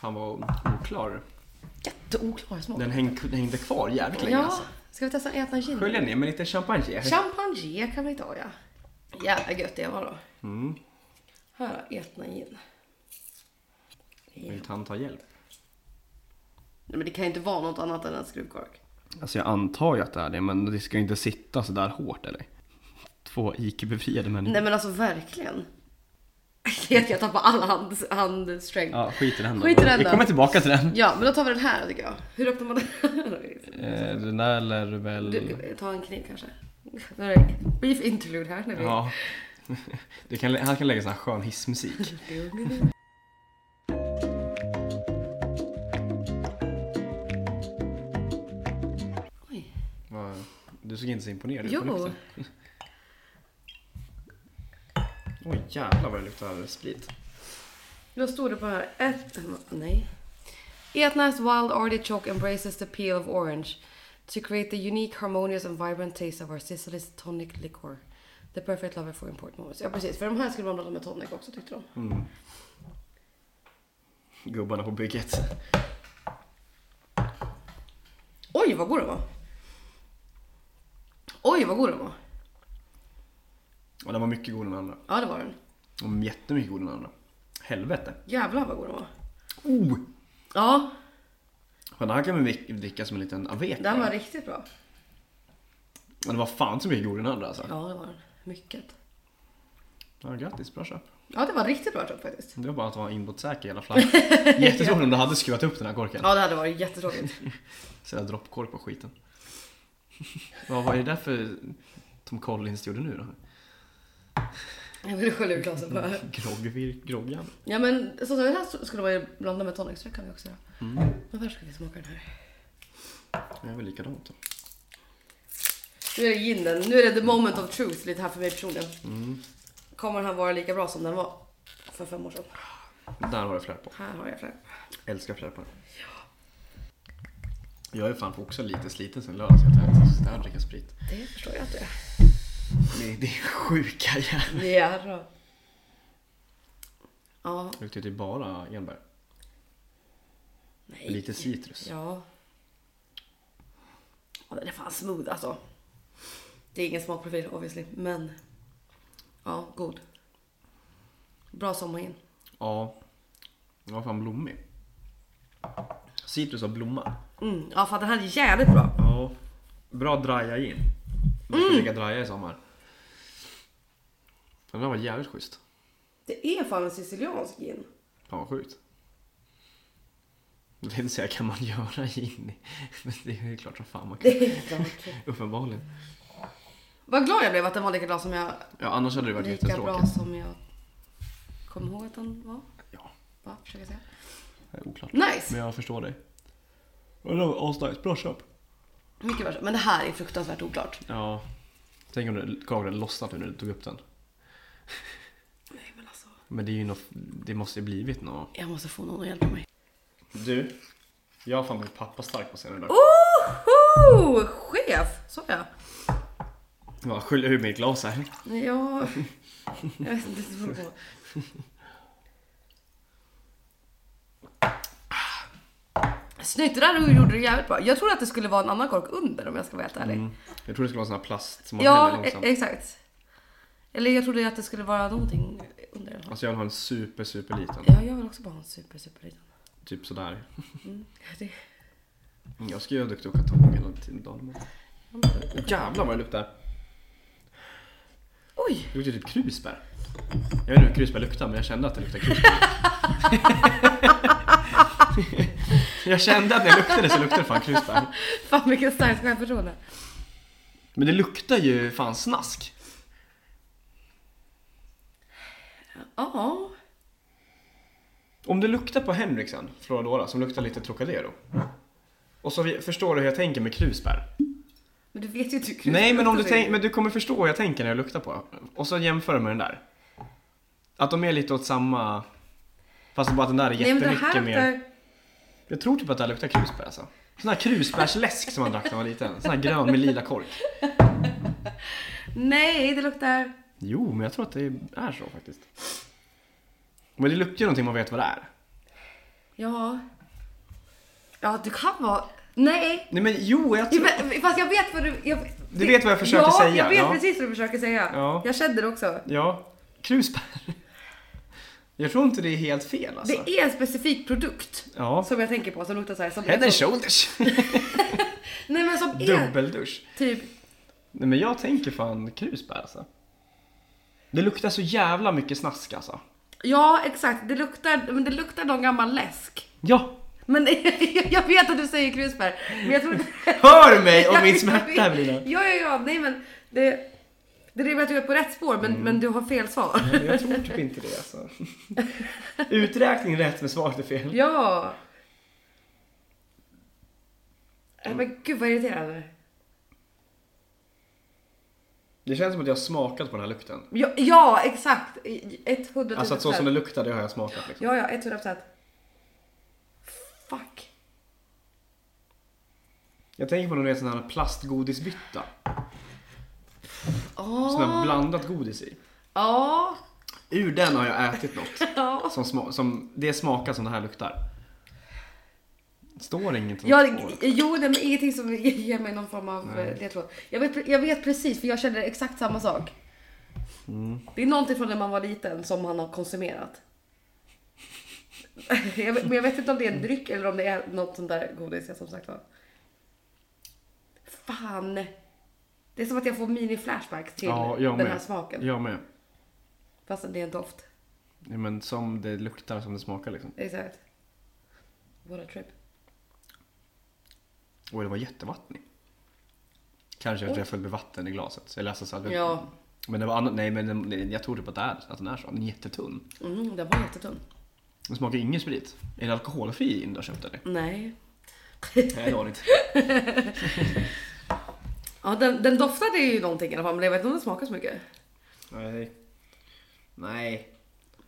A: Fan vad oklar.
B: Jätteoklar smak.
A: Den häng, den hängde kvar jävligt länge
B: ja,
A: alltså.
B: ska vi testa att äta en gin?
A: Skölja ner med lite champagne.
B: Champagne kan vi ta ja. Jävla gött det var då.
A: Mm.
B: Här, ätna gin. Ja.
A: Vill han ta hjälp?
B: Nej, men det kan ju inte vara något annat än en skruvkork.
A: Alltså jag antar ju att det är det, men det ska ju inte sitta så där hårt eller? Två IQ-befriade människor.
B: Nej men alltså verkligen. Jag tappar all hand, handstrength.
A: Ja, skit i den då.
B: Skit i den då.
A: Vi kommer tillbaka till den.
B: Ja, men då tar vi den här tycker jag. Hur öppnar man den?
A: Eh, den där lär du väl...
B: Du, ta en kniv kanske. Nu är det Brief interlude här. När vi...
A: Ja. Det kan, han kan lägga sån här skön hissmusik.
B: Oj.
A: Vad- Du såg inte så imponerad ut. på
B: Jo.
A: lukten. Oj jävlar vad det luktar sprit.
B: Då stod det på här. Ett, nej. Etnas wild artichoke embraces the peel of orange to create the unique, harmonious and vibrant taste of our Sicily's tonic liquor. The perfect lover for important moments. Ja precis, för de här skulle man blanda med tonic också tyckte de.
A: Mm. Gubbarna på bygget.
B: Oj vad god den var. Oj vad god den var.
A: Och den var mycket godare än den andra.
B: Ja det var den.
A: Och jättemycket godare än den andra. Helvete.
B: Jävlar vad god den var.
A: Oh!
B: Ja,
A: Fan, Den här kan man vick- dricka som en liten avec.
B: den var riktigt bra.
A: Men det var fan så mycket godare än den andra alltså.
B: Ja det var den. Mycket.
A: Ja, grattis, bra köp.
B: Ja det var riktigt bra köp faktiskt.
A: Det var bara att vara inbrottssäker i alla fall. Jättetråkigt om du hade skruvat upp den här korken.
B: Ja det hade varit jättetråkigt.
A: Sådär droppkork på skiten. Vad var det där för Tom Collins gjorde nu då?
B: Jag ville skölja ur glasen bara.
A: Groggvir- Groggan?
B: Ja men så, så den här skulle man ju blanda med tonic så det kan vi också göra. Men först ska vi smaka den här.
A: Det är väl likadant då.
B: Nu är det ginen, nu är det the moment of truth lite här för mig personligen. Kommer den här vara lika bra som den var för fem år sedan?
A: Där har jag flärp på.
B: Här har jag flärp.
A: Älskar flärpar. Jag är fan också lite sliten sen lördags helt ärligt. Alltså, Så där dricka sprit.
B: Det förstår jag att det är.
A: Det, det är sjuka jävlar.
B: Jävlar. Ja,
A: Det luktar ju typ bara enbär.
B: nej.
A: Lite citrus.
B: Ja. ja. Den är fan smooth alltså. Det är ingen smakprofil obviously, men. Ja, god. Bra sommar in.
A: Ja. Den var fan blommig. Citrus och blomma.
B: Mm. Ja, fan den här är jävligt bra.
A: Ja. Mm. Bra draja in. Man ska dricka draja i sommar. Den där var jävligt schysst.
B: Det är fan en siciliansk gin.
A: Fan vad sjukt. Jag tänkte säga, kan man göra gin? Men det är ju klart som fan man kan.
B: Det är klart.
A: Uppenbarligen.
B: Vad glad jag blev att den var lika bra som jag...
A: Ja, annars hade det varit
B: Lika bra
A: jättetråkigt.
B: som jag kom ihåg att den var.
A: Ja,
B: Va? Försöker jag säga.
A: det är Eh, oklart.
B: Nice!
A: Men jag förstår dig. Ja, det var asnice. Bra köp.
B: Mycket bra. Men det här är fruktansvärt oklart.
A: Ja. Tänk om du Gabriel lossnat nu när du tog upp den.
B: Nej men alltså.
A: Men det är ju något, det måste ju blivit något.
B: Jag måste få någon att hjälpa mig.
A: Du, jag har fan blivit pappa stark på senare dag.
B: Oho! Chef! Sa jag.
A: Jag skyller ur mitt glas här.
B: Nej, jag... Jag vet inte vad det var. Snyggt, det där gjorde du jävligt bra. Jag trodde att det skulle vara en annan kork under om jag ska vara helt ärlig.
A: Mm. Jag tror det skulle vara sån här plast som man häller liksom. långsamt.
B: ja, e- exakt. Eller jag trodde att det skulle vara någonting under. den här.
A: Alltså jag vill ha en super, super liten.
B: Ja, jag vill också bara ha en super, super liten.
A: Typ sådär.
B: Det-
A: Jag ska ju vara duktig och åka tåg hela tiden dagen imorgon. Jävlar vad det luktar.
B: Oj!
A: Det luktar typ krusbär. Jag vet inte hur krusbär luktar men jag kände att det luktade krusbär. jag kände att när jag luktade så luktade det fan krusbär.
B: Fan vilket starkt självförtroende.
A: Men det luktar ju fan snask.
B: Ja.
A: Om du luktar på Henriksen, Floradora, som luktar lite Trocadero. Och så vi- förstår du hur jag tänker med krusbär.
B: Men du vet ju inte hur krus-
A: Nej men om du
B: luktar så-
A: tänk, men du kommer förstå vad jag tänker när jag luktar på Och så jämför du med den där. Att de är lite åt samma... Fast bara att den där är
B: Nej, men det
A: jättemycket
B: här
A: mer...
B: luktar...
A: Jag tror typ att det här luktar krusbär alltså. Sån här krusbärsläsk som man drack när man var liten. Sån här grön med lila kork.
B: Nej, det luktar...
A: Jo, men jag tror att det är så faktiskt. Men det luktar ju någonting man vet vad det är.
B: Ja. Ja, det kan vara... Nej!
A: Nej men jo, jag
B: Jo,
A: tror...
B: men- Fast jag vet vad du... Jag...
A: Du vet vad jag försöker
B: ja,
A: säga,
B: jag vet
A: ja.
B: precis vad du försöker säga.
A: Ja.
B: Jag kände det också.
A: Ja, krusbär. Jag tror inte det är helt fel alltså.
B: Det är en specifik produkt
A: Ja.
B: som jag tänker på som luktar så här. Som
A: Head
B: är
A: and
B: som,
A: shoulders.
B: Nej men som är
A: Dubbeldusch.
B: typ...
A: Nej men jag tänker fan krusbär alltså. Det luktar så jävla mycket snask alltså.
B: Ja exakt, det luktar, men det luktar någon gammal läsk.
A: Ja!
B: Men jag vet att du säger krusbär, men jag tror inte...
A: Hör du mig och
B: Jag
A: min
B: vet-
A: smärta Evelina?
B: Ja, ja, ja, nej men det... Det är väl att du är på rätt spår,
A: Mm.
B: men, men du har fel svar.
A: Nej, Jag tror typ inte det alltså. Uträkning rätt med svaret är fel.
B: Ja!
A: Mm.
B: Äh, Men gud vad irriterande.
A: Det känns som att jag har smakat på den här lukten.
B: Ja, ja exakt. I- 100
A: Alltså att så som det luktar, det har jag smakat liksom.
B: Ja, ja, 100 Fuck.
A: Jag tänker på någon vet, sån här plastgodisbytta. Sån här
B: Ja.
A: blandat godis i.
B: Ja.
A: Ur den har jag ätit något.
B: Ja.
A: Som, sma- som det smakar som det här luktar. Står det inget om
B: Jag,
A: spår?
B: jo, nej, men ingenting som ger mig någon form av
A: Nej.
B: eh, ledtråd. Jag vet, jag vet precis, för jag känner exakt samma sak.
A: Mm.
B: Det är någonting från när man var liten som man har konsumerat. jag vet, men jag vet inte om det är en dryck eller om det är något sånt där godis jag som sagt var. Fan. Det är som att jag får mini-flashbacks till
A: Ja, jag
B: den
A: med.
B: här smaken.
A: Jag med.
B: Fast det är en doft.
A: Ja, men som det luktar som det smakar liksom.
B: Exakt. What a trip.
A: Oj, den var jättevattnig. Kanske för att jag följde med vatten i glaset. Så jag läste så här,
B: Ja.
A: Men det var annat, nej men den, jag tror typ att, det är, att den är så. Den är jättetunn.
B: Mm, den var jättetunn.
A: Den smakar ingen sprit. Är det alkoholfri gin du har köpt eller?
B: Nej.
A: Nej, det har det inte.
B: Ja, den, den doftade ju någonting i alla fall, men jag vet inte om den smakar så mycket.
A: Nej. Nej.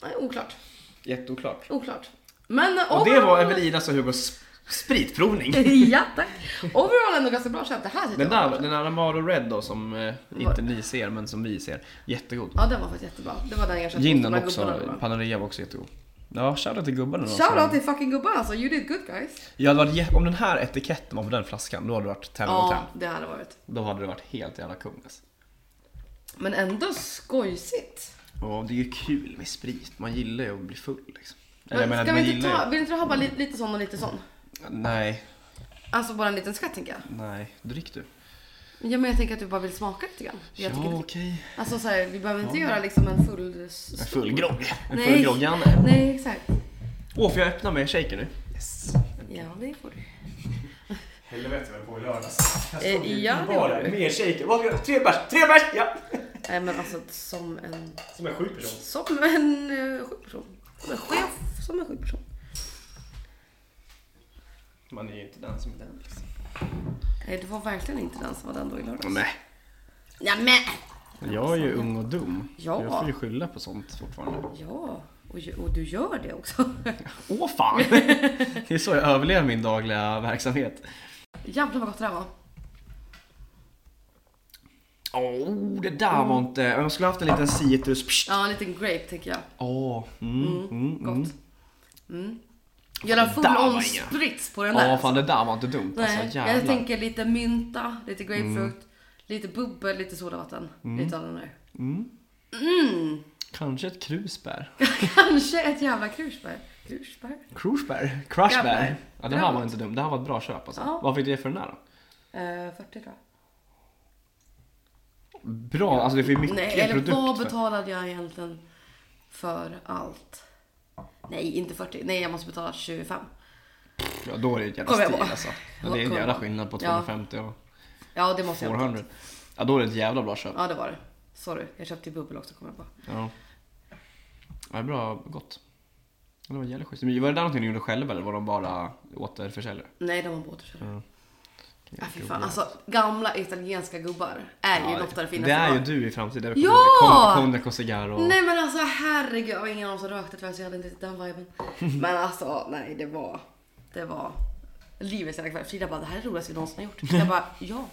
B: Nej, oklart.
A: Jätteoklart.
B: Oklart. Men
A: Och det var Evelinas och Hugos spritprovning.
B: ja, tack. Overall ändå ganska bra känt. Det här tyckte
A: Den
B: jag var
A: där,
B: bra.
A: den där Amaro Red då som eh, inte ni ser men som vi ser. Jättegod.
B: Ja, den var faktiskt jättebra. Det var den jag köpte.
A: Ginen
B: De här
A: också,
B: gubbarna.
A: Panaria var också jättegod. Ja, shoutout till gubbarna då.
B: Shoutout
A: som-
B: till fucking gubbarna alltså. You did good guys.
A: Ja, det var, jä- om den här etiketten var på den flaskan, då hade det varit 10 av 10.
B: Ja, det hade varit.
A: Då hade det varit helt jävla alltså. kungas.
B: Men ändå skojsigt.
A: Ja, det är ju kul med sprit. Man gillar ju att bli full liksom. Eller jag
B: Men,
A: menar,
B: ska
A: man
B: vi inte
A: gillar
B: ta,
A: ju...
B: vill inte du ha bara li, lite sån och lite sån?
A: Nej,
B: Alltså bara en liten skatt tänker jag.
A: nej. Drick du.
B: Ja, men jag tänker att du bara vill smaka lite grann. Jag
A: Ja,
B: tycker
A: okej.
B: inte- Alltså så här, vi behöver inte göra liksom en full...
A: En full grogg. En
B: Nej.
A: full grogg, Janne.
B: Nej, exakt.
A: Åh, får jag öppna med shaker nu? Yes.
B: Ja, det får du.
A: Helvete vad jag på i lördags. Jag
B: Eh,
A: ju
B: ja,
A: Alltså, i
B: det
A: baren
B: gjorde du.
A: Mer shaker. Vad- Tre bärs, tre bärs! Ja!
B: Nej, men alltså som en...
A: Som en sjuk person.
B: Som en eh, sjuk person. Som en chef som en sjuk person.
A: Man är ju inte den som är den liksom.
B: Nej, Eh, det var verkligen inte den som var den då i lördags.
A: Nej.
B: Ja, men.
A: Jag är ju ung och dum.
B: Ja.
A: Jag får ju skylla på sånt fortfarande.
B: Ja, och, ju- och du gör det också.
A: Åh fan! Det är så jag överlever min dagliga verksamhet.
B: Jävlar vad gott det där var.
A: Åh, oh, det där var inte... Jag skulle haft en liten citrus... Psst.
B: Ja, en liten grape tänker jag.
A: Åh, mm, mm, mm.
B: Gott. Mm. Göra
A: Där var
B: full on
A: inga.
B: spritz på den där.
A: Ja, fan det där var inte dumt
B: Nej,
A: alltså.
B: jag
A: Jävlar. Mm.
B: tänker lite mynta, lite grapefrukt, lite bubbel, lite sodavatten. Lite av den där.
A: Kanske ett krusbär.
B: Kanske ett jävla krusbär. Krusbär?
A: Crushbär? Crushbär?
B: Grabbar.
A: Ja, den här var inte dum. Det här var ett bra köp alltså.
B: Ja.
A: Vad fick du för den där då?
B: Eh, 40 tror jag.
A: Bra, alltså det fick mycket
B: Nej, eller
A: produkt.
B: vad
A: för-
B: betalade jag egentligen för allt? Nej, inte 40. Nej, jag måste betala 25.
A: Ja, då är det ett jävla
B: Kom jag
A: stil
B: på.
A: alltså. Ja, det är en
B: Kom jag
A: jävla
B: på.
A: skillnad på
B: Ja.
A: 250 och
B: Ja, det måste jag.
A: 400. Ja, då är det ett jävla bra köp.
B: Ja, det var det. Sorry, jag köpte ju bubbel också kommer jag på.
A: Ja. Ja, det är bra, gott. Ja, Det var jävligt schysst. Men var det där någonting ni gjorde själva eller var de bara återförsäljare?
B: Nej, de var på återförsäljare.
A: Ja.
B: Ah, fy fan. Alltså, gamla italienska gubbar är ju något av det
A: det
B: finaste jag
A: är
B: har.
A: ju du i framtiden.
B: Ja!
A: Konjak och cigarr och...
B: Nej men alltså herregud, jag var ingen av dem som rökte tyvärr så jag hade inte den viben. Men alltså nej, det var, det var livets jävla kväll. Frida bara, det här är det roligaste vi någonsin har gjort. Jag bara, ja.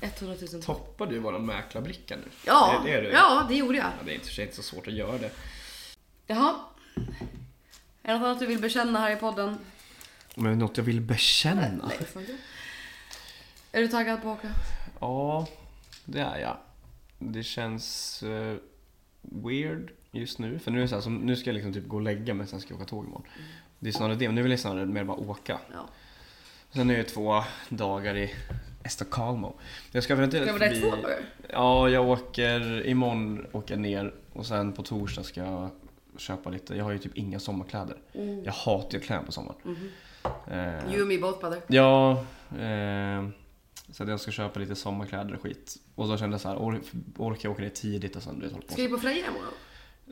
B: 100 000 ton.
A: Toppar du våran mäklarbricka nu?
B: Ja,
A: Det, det är du.
B: ja, det gjorde jag.
A: Ja, Det är i och för sig inte så svårt att göra det.
B: Jaha. Är det något annat du vill bekänna här i podden?
A: Men något jag vill bekänna?
B: Nej, får inte. Är du taggad på att åka?
A: Ja, det är jag. Det känns eh, weird just nu. För nu är det så här, som, nu ska jag liksom typ gå och lägga mig, sen ska jag åka tåg imorgon. Det är snarare det, men nu vill jag snarare mer bara åka.
B: Ja.
A: Sen är det två dagar i Estocolmo. Jag ska eventuellt
B: Ska vi där i två dagar?
A: Ja, jag åker, imorgon åker jag ner och sen på torsdag ska jag köpa lite. Jag har ju typ inga sommarkläder.
B: Mm.
A: Jag hatar ju att klä mig på sommaren. Eh,
B: You and me both brother.
A: Ja, eh, så att jag ska köpa lite sommarkläder och skit. Och då kände jag så här, or- orkar jag åka ner tidigt och sen du vet, hålla på.
B: Ska vi på Freja imorgon?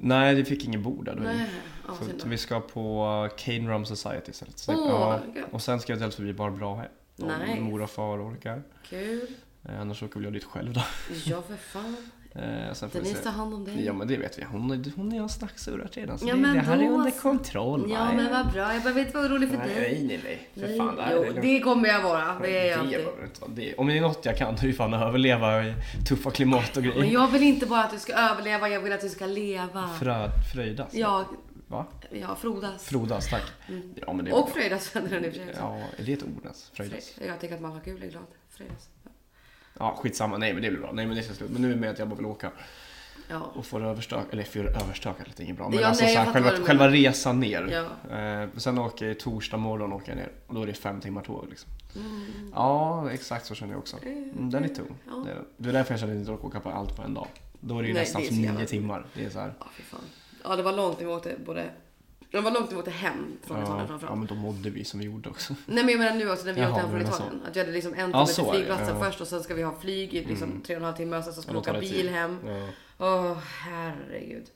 A: Nej, vi fick ingen bord där. då.
B: Nej, ja,
A: så
B: synd
A: att
B: då.
A: vi ska på Cane Rum Society istället. Så,
B: Åh,
A: ja.
B: gud.
A: Och sen ska jag eventuellt förbi Bar Brahe. Om
B: Nice.
A: mor och far orkar.
B: Kul.
A: Eh, annars åker väl jag dit själv då.
B: Ja för fan.
A: Eh, sen får vi
B: Denise
A: se.
B: tar hand om dig.
A: Ja men det vet vi. Hon, är- hon och jag har snacksurrat redan så
B: Ja,
A: det,
B: men
A: det här är
B: då
A: under
B: så.
A: kontroll.
B: Ja
A: va?
B: men vad bra, jag behöver inte vara orolig för dig.
A: Nej, nej, nej. För fan, det här
B: jo,
A: är lugnt.
B: det kommer jag vara.
A: Det
B: Det är jag alltid.
A: behöver inte vara det. Om det är något jag kan, då är det fan att överleva i tuffa klimat och
B: Men
A: grejer.
B: jag vill inte bara att du ska överleva, jag vill att du ska leva.
A: Frö, fröjdas.
B: Ja,
A: Va?
B: ja frodas.
A: Frodas, tack. Ja, men det är
B: Och
A: bra.
B: fröjdas för den i och för sig också.
A: Ja, är det ett ord ens? Fröjdas?
B: Frö- Jag tänker att man har kul är glad. Fröjdas.
A: Ja, skitsamma. Nej, men det blir bra. Nej, men det känns slut. Men nu är det med att jag bara vill åka
B: Ja.
A: och få det överstökat. Eller få det överstökat lite, inget bra. Men
B: Ja,
A: alltså
B: nej,
A: så
B: jag
A: här,
B: fattar
A: själva,
B: vad du
A: själva resan ner.
B: Ja.
A: Eh, sen åker jag torsdag morgon åker jag ner. Och då är det fem timmar tåg liksom. Ja, exakt så känner jag också. Mm, den är tung.
B: Mm. Eh, Ja.
A: Det, är, den. det är därför jag känner att jag inte orkar åka på allt på en dag. Då är det ju
B: Nej,
A: nästan
B: det är så
A: nio
B: jävla-
A: timmar. Det är så här.
B: Ja, fy fan. Ja, det var långt när vi åkte både... Det var långt när vi åkte hem från Italien
A: Ja, ja,
B: framförallt.
A: men då mådde vi som vi gjorde också.
B: Nej men jag menar nu också när vi
A: Jaha,
B: åkte hem
A: du
B: från
A: menar
B: Italien. Att vi hade liksom en timme
A: Ja, så
B: till
A: är det.
B: flygplatsen
A: Ja. Mm.
B: först och sen ska vi ha flyg i liksom tre och en halv timme och sen så ska vi
A: Ja, då
B: åka
A: tar det
B: bil
A: tid.
B: hem.
A: Ja.
B: Åh herregud.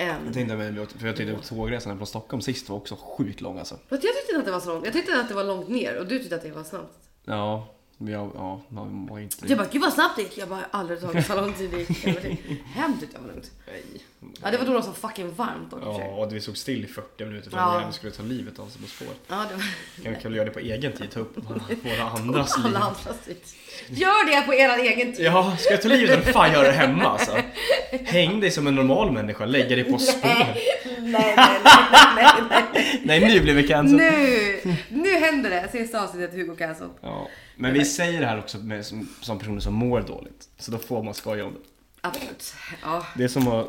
B: En.
A: Jag tänkte, men, för jag tyckte att tågresan från Stockholm sist var också sjukt lång alltså.
B: Fast Jag tyckte inte att det var så långt. Jag tyckte att det var långt ner och du tyckte att det var snabbt.
A: Ja, men jag, ja, man var inte...
B: Jag bara, gud vad snabbt det gick. Jag bara, aldrig tagit så lång tid det gick. Jag bara, det- Hem tyckte jag var lugnt.
A: Nej.
B: Ja, det var då det var så fucking varmt dock i och för
A: Ja,
B: sig.
A: och vi såg still i 40 minuter för
B: Ja.
A: att vi skulle ta livet av oss på spåret.
B: Ja, det var...
A: Kan vi kan väl göra det på egen tid, ta upp våra, våra andras liv.
B: Alla andras tid. Gör det på er egen tid.
A: Ja, ska jag ta livet av dig? fan gör det hemma alltså. Häng dig som en normal människa, lägga dig på spår.
B: Nej, nej, nej, nej, nej.
A: Nej, nu blir vi cancelled.
B: Nu, nu händer det! Sista avsnittet Hugo Cancel.
A: Ja, men vi säger det här också med, som, som personer som mår dåligt. Så då får man skoja om det.
B: Absolut. Ja,
A: Det är som att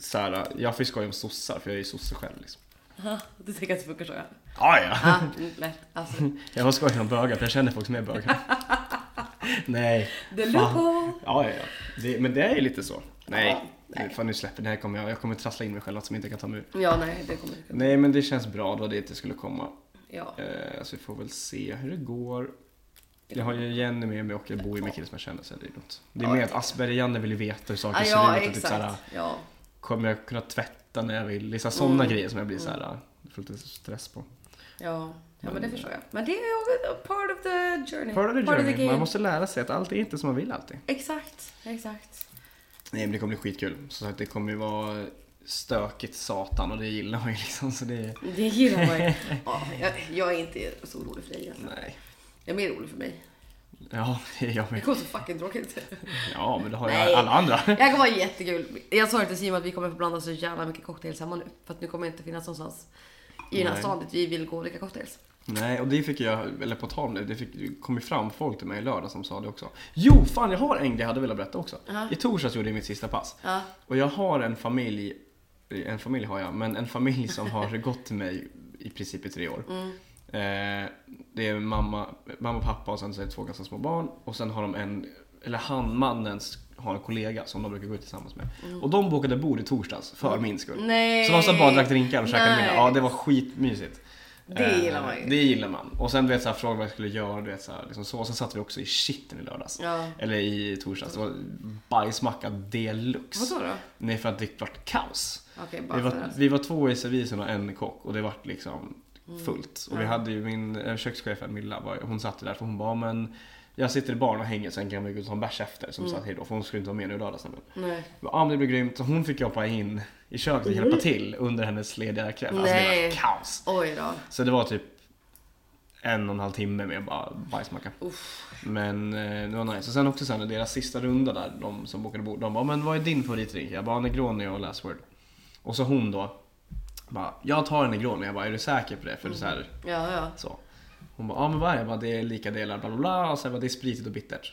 A: så här, jag får ju skoja om sossar för jag är ju sosse själv liksom.
B: du tänker att det funkar så ja.
A: Ah, ja.
B: Ja, mm, lätt. Alltså,
A: Jag har skojat om bögar för jag känner folk som är bögar. Nej.
B: the
A: fan.
B: loophole.
A: Ja, ja, ja. Det, men det är ju lite så. Nej.
B: Ja, nej.
A: Fan, nu släpper det här kommer jag. Jag kommer trassla in mig själv något som jag inte kan ta mig ur.
B: Ja, nej, det kommer inte.
A: Nej, men det känns bra då det inte skulle komma.
B: Ja.
A: Eh, så vi får väl se hur det går. Jag har ju Jenny med mig och jag bor ju med killen som jag känner så det är lugnt. Det är mer att Asperger och Janne vill ju veta hur saker
B: Ja,
A: ser
B: ja
A: ut. och Typ, så här,
B: exakt. Ja.
A: kommer jag kunna tvätta när jag vill? Det är sådana
B: Mm.
A: grejer som jag blir så här, får lite stress på.
B: Ja. ja, men det förstår jag. Men det är ju a part of the journey.
A: Part of the journey.
B: game.
A: Man måste lära sig att allt är inte som man vill alltid.
B: Exakt, exakt.
A: Nej men det kommer bli skitkul. Så att det kommer ju vara stökigt satan och det gillar man ju liksom så det är...
B: Det gillar man ju. Ja, jag, jag är inte så orolig för dig egentligen.
A: Nej.
B: Jag är mer orolig för mig.
A: Ja, det är jag
B: Det
A: med.
B: kommer så fucking tråkigt.
A: Ja men det har ju
B: Nej.
A: alla andra.
B: Det här kommer vara jättekul. Jag sa det till Simon att vi kommer få blanda så jävla mycket cocktails hemma nu. För att nu kommer det inte finnas någonstans i den här
A: Nej.
B: stan dit vi vill gå och dricka cocktails.
A: Nej och det fick jag, eller på tal om det, det fick, det kom ju fram folk till mig i lördag som sa det också. Jo fan jag har en grej jag hade velat berätta också.
B: Ja.
A: I torsdags gjorde jag mitt sista pass.
B: Ja.
A: Och jag har en familj, en familj har jag, men en familj som har gått till mig i princip i tre år.
B: Mm.
A: Eh, det är mamma, mamma och pappa och sen så är det två ganska små barn. Och sen har de en, eller han, mannens, har en kollega som de brukar gå ut tillsammans med. Och de bokade bord i torsdags för min skull.
B: Mm. Nej.
A: Så de satt bara och drack drinkar och käkade
B: Nej.
A: middag. Ja, det var skitmysigt.
B: Det
A: Eh,
B: gillar man ju.
A: Det gillar man. Och sen du vet, så här, frågade vad jag skulle göra. Du vet, så här, liksom så. Och sen satt vi också i shitten i lördags.
B: Ja.
A: Eller i torsdags. Det var bajsmacka deluxe.
B: Vadå då?
A: Nej, för att det vart kaos.
B: Okej, bara
A: Vi
B: för
A: var,
B: att-
A: vi var två i servisen och en kock och det vart liksom fullt. Och vi
B: Mm. Ja.
A: hade ju min eh, kökschef Milla, var- hon satt ju där för hon bara men jag sitter i barn och hänger sen kan vi gå ut och ta en bärs efter. Som mm. satt hejdå för hon skulle inte vara med nu i lördags nämligen.
B: Nej.
A: Ja men det blir grymt. Så hon fick hoppa in i köket och hjälpa till under hennes lediga kväll. Alltså det
B: Mm. Nej.
A: var kaos.
B: Oj då.
A: Så det var typ en och en halv timme med bara bajsmacka.
B: Uff.
A: Men eh, det var nice. Och sen också sen när deras sista runda där, de som bokade bord, de bara men vad är din favoritdrink? Jag bara Negroni och Last Word. Och så hon då, bara jag tar en Negroni. Jag bara är du säker på det? För så här,
B: Ja, ja.
A: så. Hon bara ja men vad är det? Jag bara det är lika delar bla bla bla. Och sen bara det är spritigt och bittert.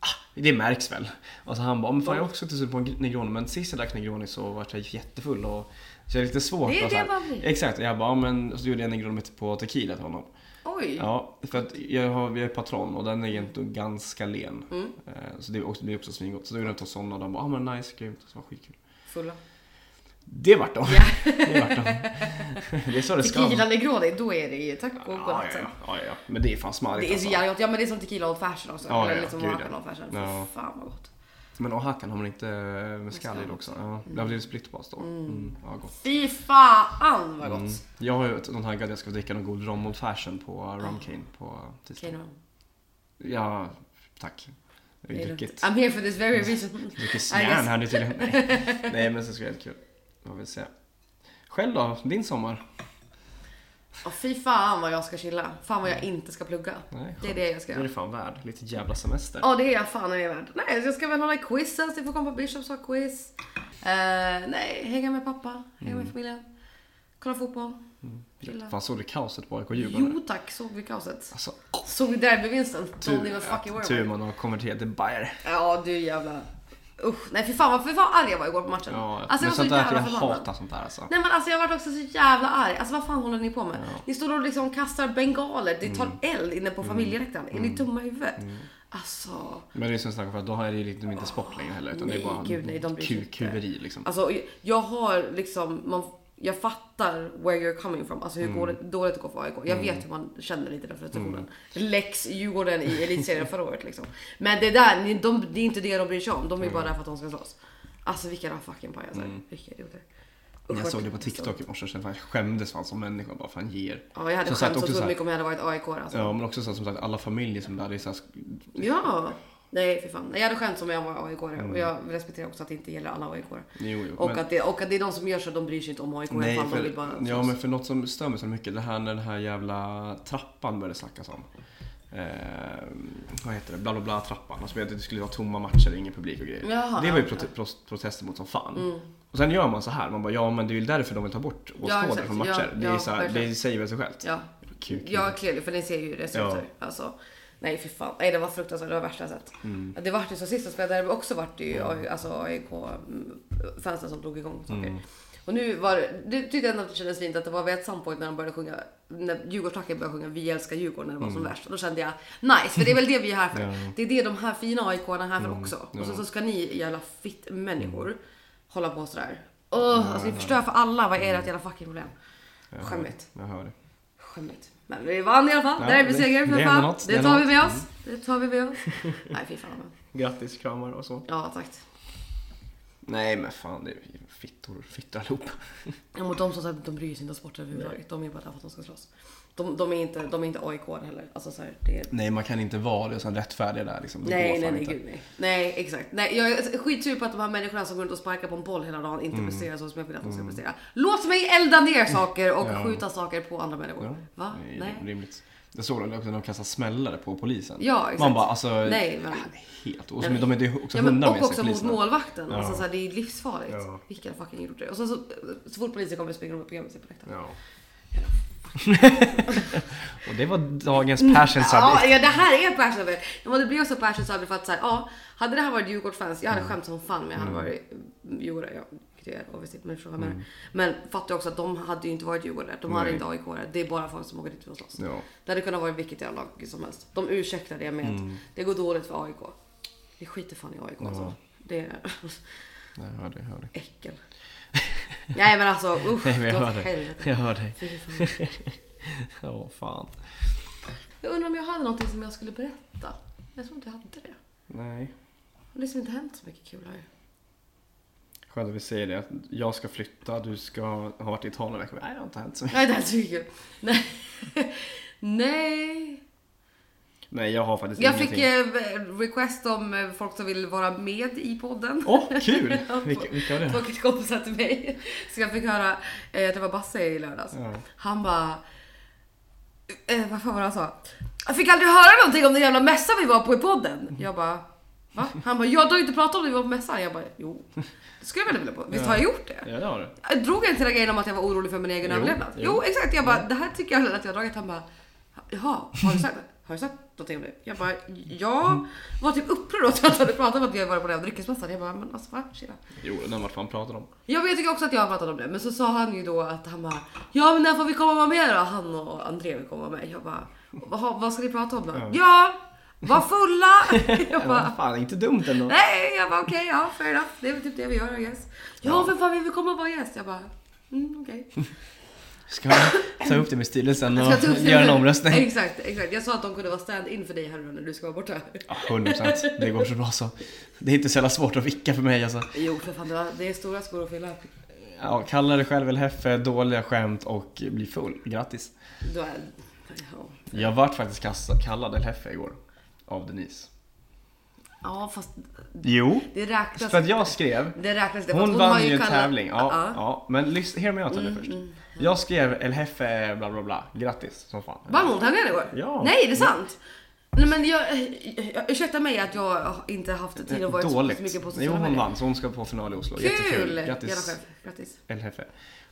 A: Ah, det märks väl. Och så han bara men fan jag är också inte sugen på en Negroni. Men sist jag drack Negroni så vart jag jättefull och så är det lite svårt.
B: Det är
A: och så
B: det
A: här.
B: man blir.
A: Exakt. Och Jag bara ja, men och så gjorde jag Negroni på tequila till honom.
B: Oj.
A: Ja, för att jag har, vi har patron och den är ändå ganska len.
B: Mm.
A: Eh, Så det är också, det är också svingott. Så då gjorde jag två sådana och de bara ah, men nice, grymt. Så var det skitkul.
B: Fulla.
A: Det vart de! Det vart de. Det är så det ska
B: Tequila
A: vara.
B: Negroni, då är det ju taco och
A: Ja,
B: godnatt
A: ja,
B: sen.
A: ja, ja. Men det är fan smarrigt
B: Det är så
A: alltså.
B: jävla gott. Ja men det är som tequila old fashion också.
A: Ja,
B: Eller
A: ja,
B: liksom
A: gud, ja.
B: hakan old fashion. Fy
A: Ja.
B: fan vad gott.
A: Men ohakan har man inte eh, mezcal i det också? Ja, det har blivit splittbas då. Mm, ja, gott.
B: Fy fan vad gott. Mm.
A: Jag har ju någon taggad att jag ska dricka någon god rom uh,
B: Ah.
A: old fashion på Rum Cane på tisdag. Ja, tack. Jag har ju druckit.
B: I'm here for this very reason.
A: Druckit
B: I
A: snärn
B: guess.
A: här nu tydligen. Nej. Nej men så ska det vara kul. Vad vill säga. Själv då? Din sommar?
B: Åh fy fan vad jag ska chilla. Fan vad jag inte ska plugga.
A: Mm. Nej,
B: det är det jag ska
A: Det är
B: göra.
A: det fan värd. Lite jävla semester.
B: Ja det är jag fan är jag värd. Nej jag ska väl hålla quiz sen så jag får komma på Bishops och ha quiz. Eh, nej, hänga med pappa, hänga med familjen. Kolla fotboll. Chilla.
A: Mm. Fan såg du kaoset på AIK Djurgården?
B: Jo tack, såg vi kaoset?
A: Alltså,
B: Såg vi derbyvinsten? Don't even
A: tur,
B: fucking Alltså,
A: att,
B: worry about
A: tur
B: it.
A: man har konverterat till Bayern.
B: Ja du jävla... Usch, nej fy fan vad, fy fan vad arg jag var igår på matchen.
A: Ja,
B: alltså jag
A: men
B: var så
A: sånt där, jag
B: jävla förbannad.
A: hatar sånt där alltså.
B: Nej men alltså jag var också så jävla arg. Alltså vad fan håller ni på med? Ni står och liksom kastar bengaler, det
A: Mm.
B: tar eld inne på familjeläktaren. Är ni dumma i huvudet? Alltså,
A: Men det är som jag snackar för att då är det ju liksom inte sport längre heller utan det
B: Nej,
A: är bara
B: gud, nej, de bryr sig inte.
A: kukuveri liksom.
B: alltså jag har liksom, man, jag fattar where you're coming from. Alltså hur
A: Mm.
B: går det, dåligt det går för AIK. Jag vet hur man känner lite den frustrationen.
A: Mm.
B: Lex Djurgården i elitserien förra året liksom. Men det där, ni, de, det är inte det de bryr sig om. De är
A: Mm.
B: bara där för att de ska slåss. Alltså vilka jävla fucking pajaser. Vilka idioter. Usch,
A: Jag
B: vad
A: såg det på
B: trist.
A: TikTok i morse, så jag skämdes fan som människa bara fan ger.
B: liksom- Ja, jag hade
A: Som sagt,
B: skämts
A: också så
B: otroligt
A: här-
B: mycket om jag hade varit AIK alltså.
A: Ja men också så, här, som sagt alla familjer som där, det är så här,
B: Ja. Nej för fan. Jag hade skämt som jag var aik och jag respekterar också att det inte gäller alla aik
A: Mm. Jo, jo,
B: och,
A: men-
B: att det, och att det är de som gör så, de bryr sig inte om aik
A: Nej,
B: fall, de vill bara
A: för, ja, men för något som stör mig så mycket, det här när den här jävla trappan började snackas om. Eh, vad heter det? Bla bla bla trappan. Alltså, det skulle vara tomma matcher, ingen publik och grejer.
B: Jaha,
A: det var ju
B: ja, Mm.
A: prote- pros- protester mot som fan. Och sen gör man så här, man bara ja men det är ju därför de vill ta bort och
B: Ja,
A: stå där
B: exakt.
A: från matcher.
B: Ja,
A: det, är
B: ja,
A: så här, det
B: verkligen.
A: säger väl sig självt.
B: Ja.
A: Kuk.
B: Ja, clearly, för ni ser ju recepter. Alltså, nej fy fan. Nej, det var fruktansvärt. Det var värsta sätt. Det vart ju så sist jag spelade derby också vart det ju AI alltså, AIK-fansen mm, som drog igång saker. Och nu var det, det tyckte jag ändå att det kändes fint att det var vid ett sampoint när de började sjunga, när Djurgårdsklacken började sjunga Vi älskar Djurgården när det var som värst. Och då kände jag nice, för det är väl det vi är här för. Det är det de här fina aik är här för också. Och så, så ska ni jävla fitt människor hålla på sådär. Åh, alltså ni förstör för alla. Vad är det ett jävla fucking problem? Skämmigt.
A: Jag hör det.
B: Skämmigt. Men vi vann i alla fall.
A: Ja,
B: Derbyseger
A: det-
B: för
A: det är ändå
B: fan.
A: något, det
B: Det
A: är
B: tar vi
A: något. Mm.
B: med oss. Det tar vi med oss. Nej fy fan.
A: Grattis, kramar och så.
B: Ja tack.
A: Nej men fan, det är ju fittor, fittor allihop.
B: Ja, Mot dem som sagt, de bryr sig inte om sport överhuvudtaget. De är bara där för att de ska slåss. De, de är inte, de är inte AIK heller. Alltså så här, det är...
A: Nej man kan inte vara det och sen rättfärdiga där liksom. Mm, Det går
B: Nej,
A: fan
B: nej, nej,
A: inte.
B: gud nej. Nej, exakt. Nej, jag är skitsur på att de här människorna som går runt och sparkar på en boll hela dagen
A: Mm.
B: inte presterar så som jag vill att de ska prestera. Låt mig elda ner saker och
A: Ja.
B: skjuta saker på andra människor.
A: Ja.
B: Va?
A: Det är liksom
B: Nej.
A: rimligt. Jag såg det också när de kastade smällare på polisen.
B: Ja, exakt.
A: Man bara alltså.
B: Nej, men-
A: Helt. Och så, men de är ju också
B: Ja, men,
A: hundar
B: och
A: med sig
B: också mot
A: poliserna.
B: målvakten.
A: Ja.
B: Alltså, så här, det är ju livsfarligt.
A: Ja.
B: Vilka fucking idioter. Och sen så, så fort polisen kommer springer de upp och gömmer sig på läktaren.
A: Ja. och det var dagens passion
B: Mm. Ja,
A: subject.
B: ja, det här är passion över. Ja, men det blir också passion över för att så här, ja, hade det här varit Djurgårdsfans, jag hade skämt som fan men jag hade
A: Mm.
B: varit Djurgårdare. Ja, vilket jag är obviously, men förstår vad jag menar. Men fattar också att de hade ju inte varit Djurgårdare. De hade
A: Nej.
B: inte AIK-are. Det är bara folk som åker dit för att slåss.
A: Ja.
B: Det hade kunnat vara vilket jävla lag som helst. De ursäktar det med
A: Mm.
B: att det går dåligt för AIK. Det skiter fan i AIK alltså. Det är
A: Nej, Jag hör dig, jag hör dig.
B: äckel. Nej men alltså usch.
A: Nej, men jag
B: dra
A: hör
B: åt
A: dig.
B: helvete.
A: Jag hör dig.
B: Fy fan.
A: Åh fan.
B: Jag undrar om jag hade någonting som jag skulle berätta. Jag tror inte jag hade det.
A: Nej.
B: Det har liksom inte hänt så mycket kul här.
A: Skönt att vi säger det. att Jag ska flytta, du ska ha varit i Italien en vecka. Nej, det har inte hänt så mycket.
B: Nej, det här är så kul. Nej. Nej.
A: Nej, jag har faktiskt
B: Jag fick
A: ingenting.
B: eh, request om eh, folk som vill vara med i podden.
A: Åh, kul! Vilka, vilka var det?
B: Tråkigt kompisar till mig. Så jag fick höra, eh, jag träffade Basse i lördags.
A: Ja.
B: Han bara... Eh, vad fan var det han sa? Jag fick aldrig höra någonting om den jävla mässan vi var på i
A: Mm.
B: podden. Jag bara... Va? Han bara, jag har inte pratat om det vi var på mässan. Jag bara, jo. Det skulle jag väl vilja på. Visst har jag gjort det?
A: Ja, det har du.
B: Jag Äh, drog jag inte den där grejen om att jag var orolig för min egen
A: Jo,
B: överlevnad? Jo.
A: jo.
B: exakt. Jag bara, det här tycker jag att jag har dragit. Han bara, jaha, har du sagt, har du sagt någonting om det? Jag bara, jag var typ upprörd åt att jag hade pratat om att jag var på den här dryckesmässan. Jag bara, men alltså va? Chilla.
A: Jo, den vart fan pratar om.
B: Ja, men jag tycker också att jag har pratat om det. Men så sa han ju då att han bara, ja men när får vi komma och vara med då? Han och André vill komma och vara med. Jag bara, "Jaha, vad ska ni prata om då? Ja, var fulla! Jag bara,
A: Ja, fan, inte dumt ändå.
B: Nej, jag bara okej, ja fair enough. Det är väl typ det vi gör I guess. Ja, för fan vi vill komma och vara gäst. Jag bara, mm, okej.
A: Ska jag ta upp det med styrelsen och
B: Jag tog upp det.
A: göra en omröstning?
B: Exakt, exakt. Jag sa att de kunde vara stand-in för dig här nu när du ska vara borta.
A: Ja, 100% det går så bra så. Det är inte så jävla svårt att vicka för mig alltså.
B: Jo, för fan det var- det är stora skor att fylla.
A: Ja, kalla dig själv El Heffe, dåliga skämt och bli full. Grattis.
B: Du är, ja.
A: Jag vart faktiskt kassa- kallad El Heffe igår. Av Denise.
B: Ja fast
A: Jo.
B: det räknas
A: För att jag skrev
B: Det räknas det. för
A: Hon,
B: att har
A: vann ju en
B: kallat-
A: tävling. Ja,
B: Ja.
A: ja. Men lys- hear me out mm, först. Jag skrev El Jefe bla bla bla. Grattis som fan.
B: Vann hon tävlingen igår?
A: Ja.
B: Nej, det är sant! Nej men jag, jag, ursäkta mig att jag inte haft tid att vara så
A: Dåligt.
B: mycket på sociala
A: Jo hon
B: medier.
A: vann så hon ska på final i Oslo.
B: Kul!
A: Jättekul.
B: Jävla
A: Grattis
B: chef. Grattis.
A: El Jefe.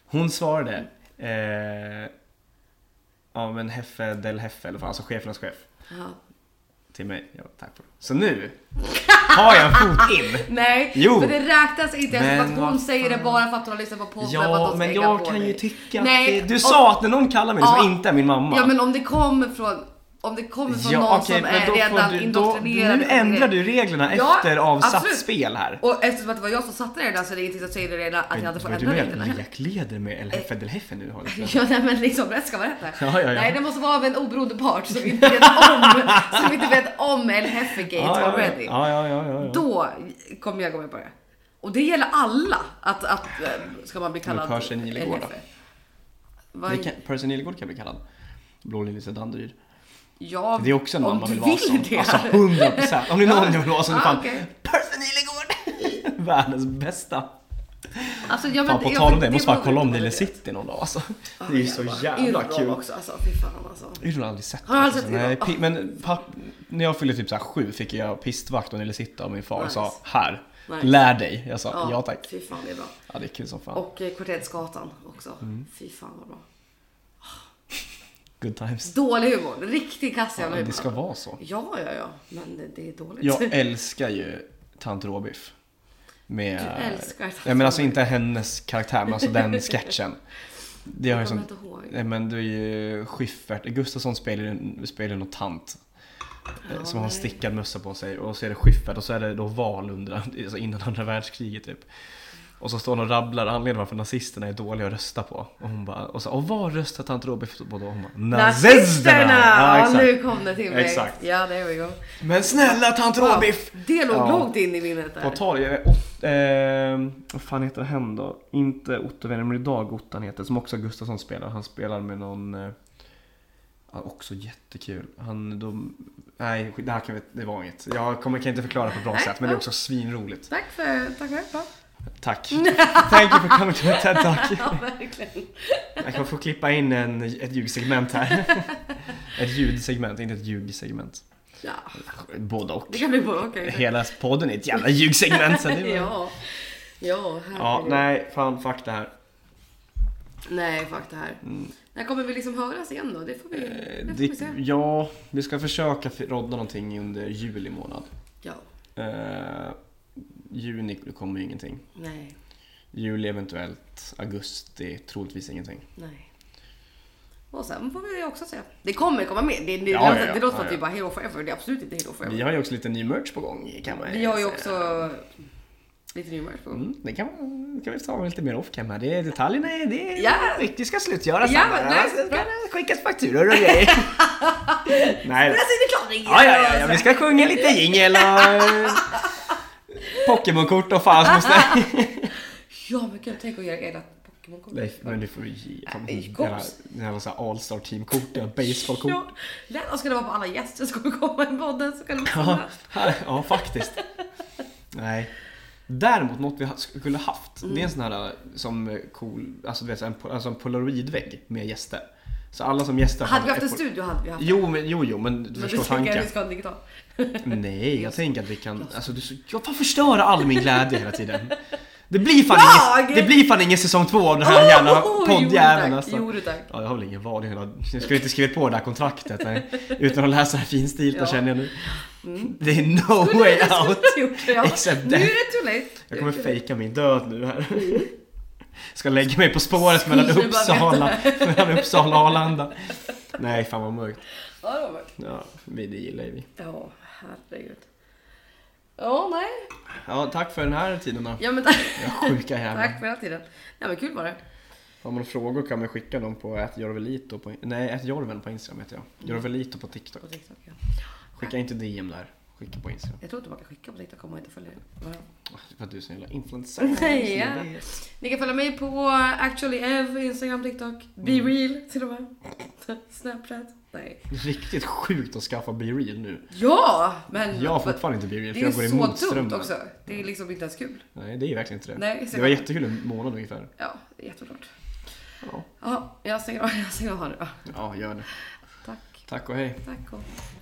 A: Hon svarade eh, Ja men Hefe del Hefe eller vad fan, alltså chefernas chef.
B: Ja.
A: Till mig. Ja, tack för det. Så nu har jag en fot in.
B: Nej,
A: Jo.
B: för det räknas inte ens
A: Men
B: för att hon
A: vad fan.
B: säger det bara för att hon har lyssnat på podden. för att de
A: Ja
B: ska
A: men
B: hänga
A: jag
B: på
A: kan
B: dig.
A: ju tycka att
B: Nej,
A: det, Du
B: och-
A: sa att när någon kallar mig
B: Ja.
A: som inte är min mamma.
B: Ja men om det kommer från, om det kommer från någon
A: okej,
B: som
A: men
B: är
A: då får
B: redan
A: du- då-
B: indoktrinerad.
A: Nu ändrar du reglerna
B: Ja,
A: efter avsatt
B: absolut.
A: spel här.
B: Och eftersom att det var jag som satte reglerna så är det inte så att jag säger redan att jag hade fått
A: Men
B: ändra
A: du är
B: reglerna heller.
A: lekleder med El Hefe del Hefe nu. Har du.
B: Ja nej, men liksom rätt ska vara rätt här.
A: Ja, ja, ja.
B: Nej det måste vara av en oberoende part som inte vet om, som inte vet om El Hefegate
A: ja, ja,
B: already.
A: ja, ja, ja, ja.
B: Då kommer jag gå med på det. Och det gäller alla att, att eh, ska man bli kallad
A: Men Percy Nilegård då?
B: El Hefe. Vad-
A: E? Det kan, Percy Nilegård kan bli kallad. Blå Lillis i Danderyd.
B: ja,
A: Det är också en
B: om
A: man man
B: du
A: vill vara som.
B: det.
A: Alltså 100 procent. Om det är någon jag vill vara som,
B: Ja,
A: ah, fan.
B: okej.
A: Percy Nilegård! Världens bästa.
B: Alltså, jag
A: Fan
B: vet-
A: på
B: jag
A: tal om
B: vet-
A: det, jag måste bara
B: beror
A: kolla om
B: lite på
A: Lille
B: det.
A: City någon dag alltså. Det är ju så jävla
B: Yrrol
A: kul.
B: också alltså, fy fan alltså.
A: Jag har aldrig sett
B: Har du aldrig
A: faktiskt.
B: sett
A: Nej,
B: det?
A: pi- men papp, när jag fyllde typ så här sju fick jag pistvakt och ville sitta och min far
B: Nice.
A: sa här,
B: Nice.
A: lär dig. Jag sa ja, tack.
B: Fy fan det är bra.
A: Ja det är kul som fan.
B: Och eh, Kvarterets Gatan också.
A: Mm.
B: Fy fan vad bra.
A: Good times.
B: Dålig humor, riktig kass jävla humor.
A: Det ska vara så.
B: Ja, ja, ja, men det, det är dåligt.
A: Jag älskar ju tant Råbiff. Med,
B: Du älskar tant
A: Nej men alltså inte hennes karaktär men alltså den sketchen. Det har
B: Jag
A: jag
B: kommer
A: som,
B: inte ihåg.
A: nej men det är ju Schyffert, Gustafsson spelar ju spelar ju någon tant. eh,
B: Ja,
A: Som har en
B: nej.
A: stickad mössa på sig och så är det Schyffert och så är det då val under, alltså innan andra världskriget typ. Och så står hon och rabblar anledningen varför nazisterna är dåliga att rösta på. Och hon bara, och, så, och vad röstar tant Råbiff på då? Hon bara, nazisterna! Ja,
B: Ja,
A: exakt.
B: nu kom det till mig.
A: Exakt.
B: Ja, there we go.
A: Men snälla tant Råbiff!
B: Wow, Det låg
A: Ja.
B: långt in i minnet
A: På
B: där.
A: tal, jag vet- Ot- eh, vad fan heter han då? Inte Otto Wennerberg idag, Ottan heter, som också Gustafsson spelar. Han spelar med någon, eh, ja, också jättekul. Han, de, nej, det här kan vi, det var inget. Jag kommer, kan inte förklara på ett bra
B: Nej,
A: sätt, men det är
B: ja.
A: också svinroligt.
B: Tack för, tack för det. Ja.
A: Tack. Thank you for coming to my TED Talk.
B: Ja, verkligen.
A: Jag kan få klippa in en, ett ljugsegment här. Ett ljudsegment, inte ett ljugsegment.
B: Ja,
A: Både och.
B: det kan bli bra. Okej.
A: Hela podden är ett jävla ljugsegment. Så det är bara...
B: Ja. Ja, herregud.
A: Ja, nej, fan fuck det här.
B: Nej, fuck det här. När kommer vi liksom höras igen då? Det får vi, det får vi
A: Mm. Eh, Det,
B: se.
A: ja, vi ska försöka fi- rodda någonting under juli månad.
B: Ja,
A: Eh, juni kommer ju ingenting.
B: nej,
A: Juli eventuellt, augusti troligtvis ingenting.
B: nej. Och sen får vi också se. Det kommer komma mer. Det, det,
A: Ja,
B: låter,
A: ja, ja.
B: det låter
A: Ja,
B: som att vi
A: ja.
B: bara hero forever. Det är absolut inte hero
A: Vi
B: forever.
A: har ju också lite ny merch på gång kan man
B: Vi har ju
A: säga.
B: också lite ny merch på gång.
A: Mm, det kan, man, kan vi ta med lite mer off cam här. Det är detaljerna, är- det, är,
B: Ja.
A: det ska slutgöras.
B: Ja,
A: här bara.
B: nej,
A: Sen ska
B: bra.
A: det skickas fakturor och grejer. nej, då.
B: Alltså, det är klart det är
A: Ja, ja, ja, ja, vi ska sjunga lite jingel och eh, Pokémonkort och fan som måste...
B: Ja, men gud, tänk att göra era Pokémon-kort.
A: Nej, men du får ju ge fan,
B: Nej,
A: den
B: kort.
A: här- den här så här All-star teamkort, baseballkort.
B: Ja, lätt. Och ska det vara på alla gäster som kommer komma i podden så kan de
A: Ja,
B: samla.
A: här- ja, faktiskt. Nej. Däremot något vi ha- skulle haft,
B: Mm.
A: det är en sån här eh, som eh, cool, alltså du vet så här, en, po- alltså en polaroidvägg med gäster. Så alla som gästar...
B: Hade
A: har-
B: vi haft en
A: är pol-
B: studio hade vi haft.
A: Jo, men, jo, jo, men du
B: Men
A: förstår
B: du tänker att
A: tanken.
B: vi ska ha en digital.
A: Mm. Nej, jag tänker att vi kan, alltså du, så- jag får förstöra all min glädje hela tiden. Det blir fan,
B: Jag?
A: ingen, det blir fan ingen säsong två av den här jävla
B: Oh, jo,
A: poddjäveln
B: tack.
A: alltså.
B: Jo, du, tack.
A: Ja, jag har väl ingen val. Jag skulle inte skrivit på det här kontraktet nej. utan att läsa det här finstilta
B: Ja. Mm.
A: känner jag nu. Det är no way out. Except
B: Nu är
A: that.
B: det too late.
A: Jag kommer fejka min död nu här. Ska lägga mig på spåret mellan
B: Skulle Mm. bara
A: Uppsala, mellan Uppsala och Arlanda. Nej, fan vad mörkt.
B: Ja, det var mörkt.
A: Ja, vi, det gillar ju vi.
B: Ja, herregud. Ja, nej.
A: Ja, tack för den här tiden då.
B: Ja, men tack.
A: Sjuka jävlar.
B: Tack för hela tiden. Ja, men kul var det.
A: Har man frågor kan man skicka dem på atjorvelito på, nej, atjorven på Instagram heter jag. Jorvelito på TikTok.
B: På TikTok, ja.
A: Skicka inte DM där. Skicka på Instagram. Ah,
B: Jag tror inte man kan skicka på TikTok om man inte följer varandra.
A: För att du är sån jävla influencer.
B: Nej, ja.
A: Jag vet.
B: Ni kan följa mig på eh, actually ev, Instagram, TikTok, be
A: Mm.
B: real till och med. Snapchat. Nej.
A: Riktigt sjukt att skaffa Be Real nu.
B: Ja, men
A: Jag har fortfarande inte Be Real för
B: det är
A: jag går
B: så dumt
A: emot strömmen.
B: också. Det är liksom inte ens kul.
A: Nej, det är verkligen inte det.
B: Nej, så
A: det var
B: jag-
A: jättekul en månad ungefär.
B: Ja, det är jätteklart.
A: Ja.
B: Ja, jag stänger av, jag stänger av nu då.
A: Ja, gör det.
B: Tack,
A: Tack och hej.
B: tack och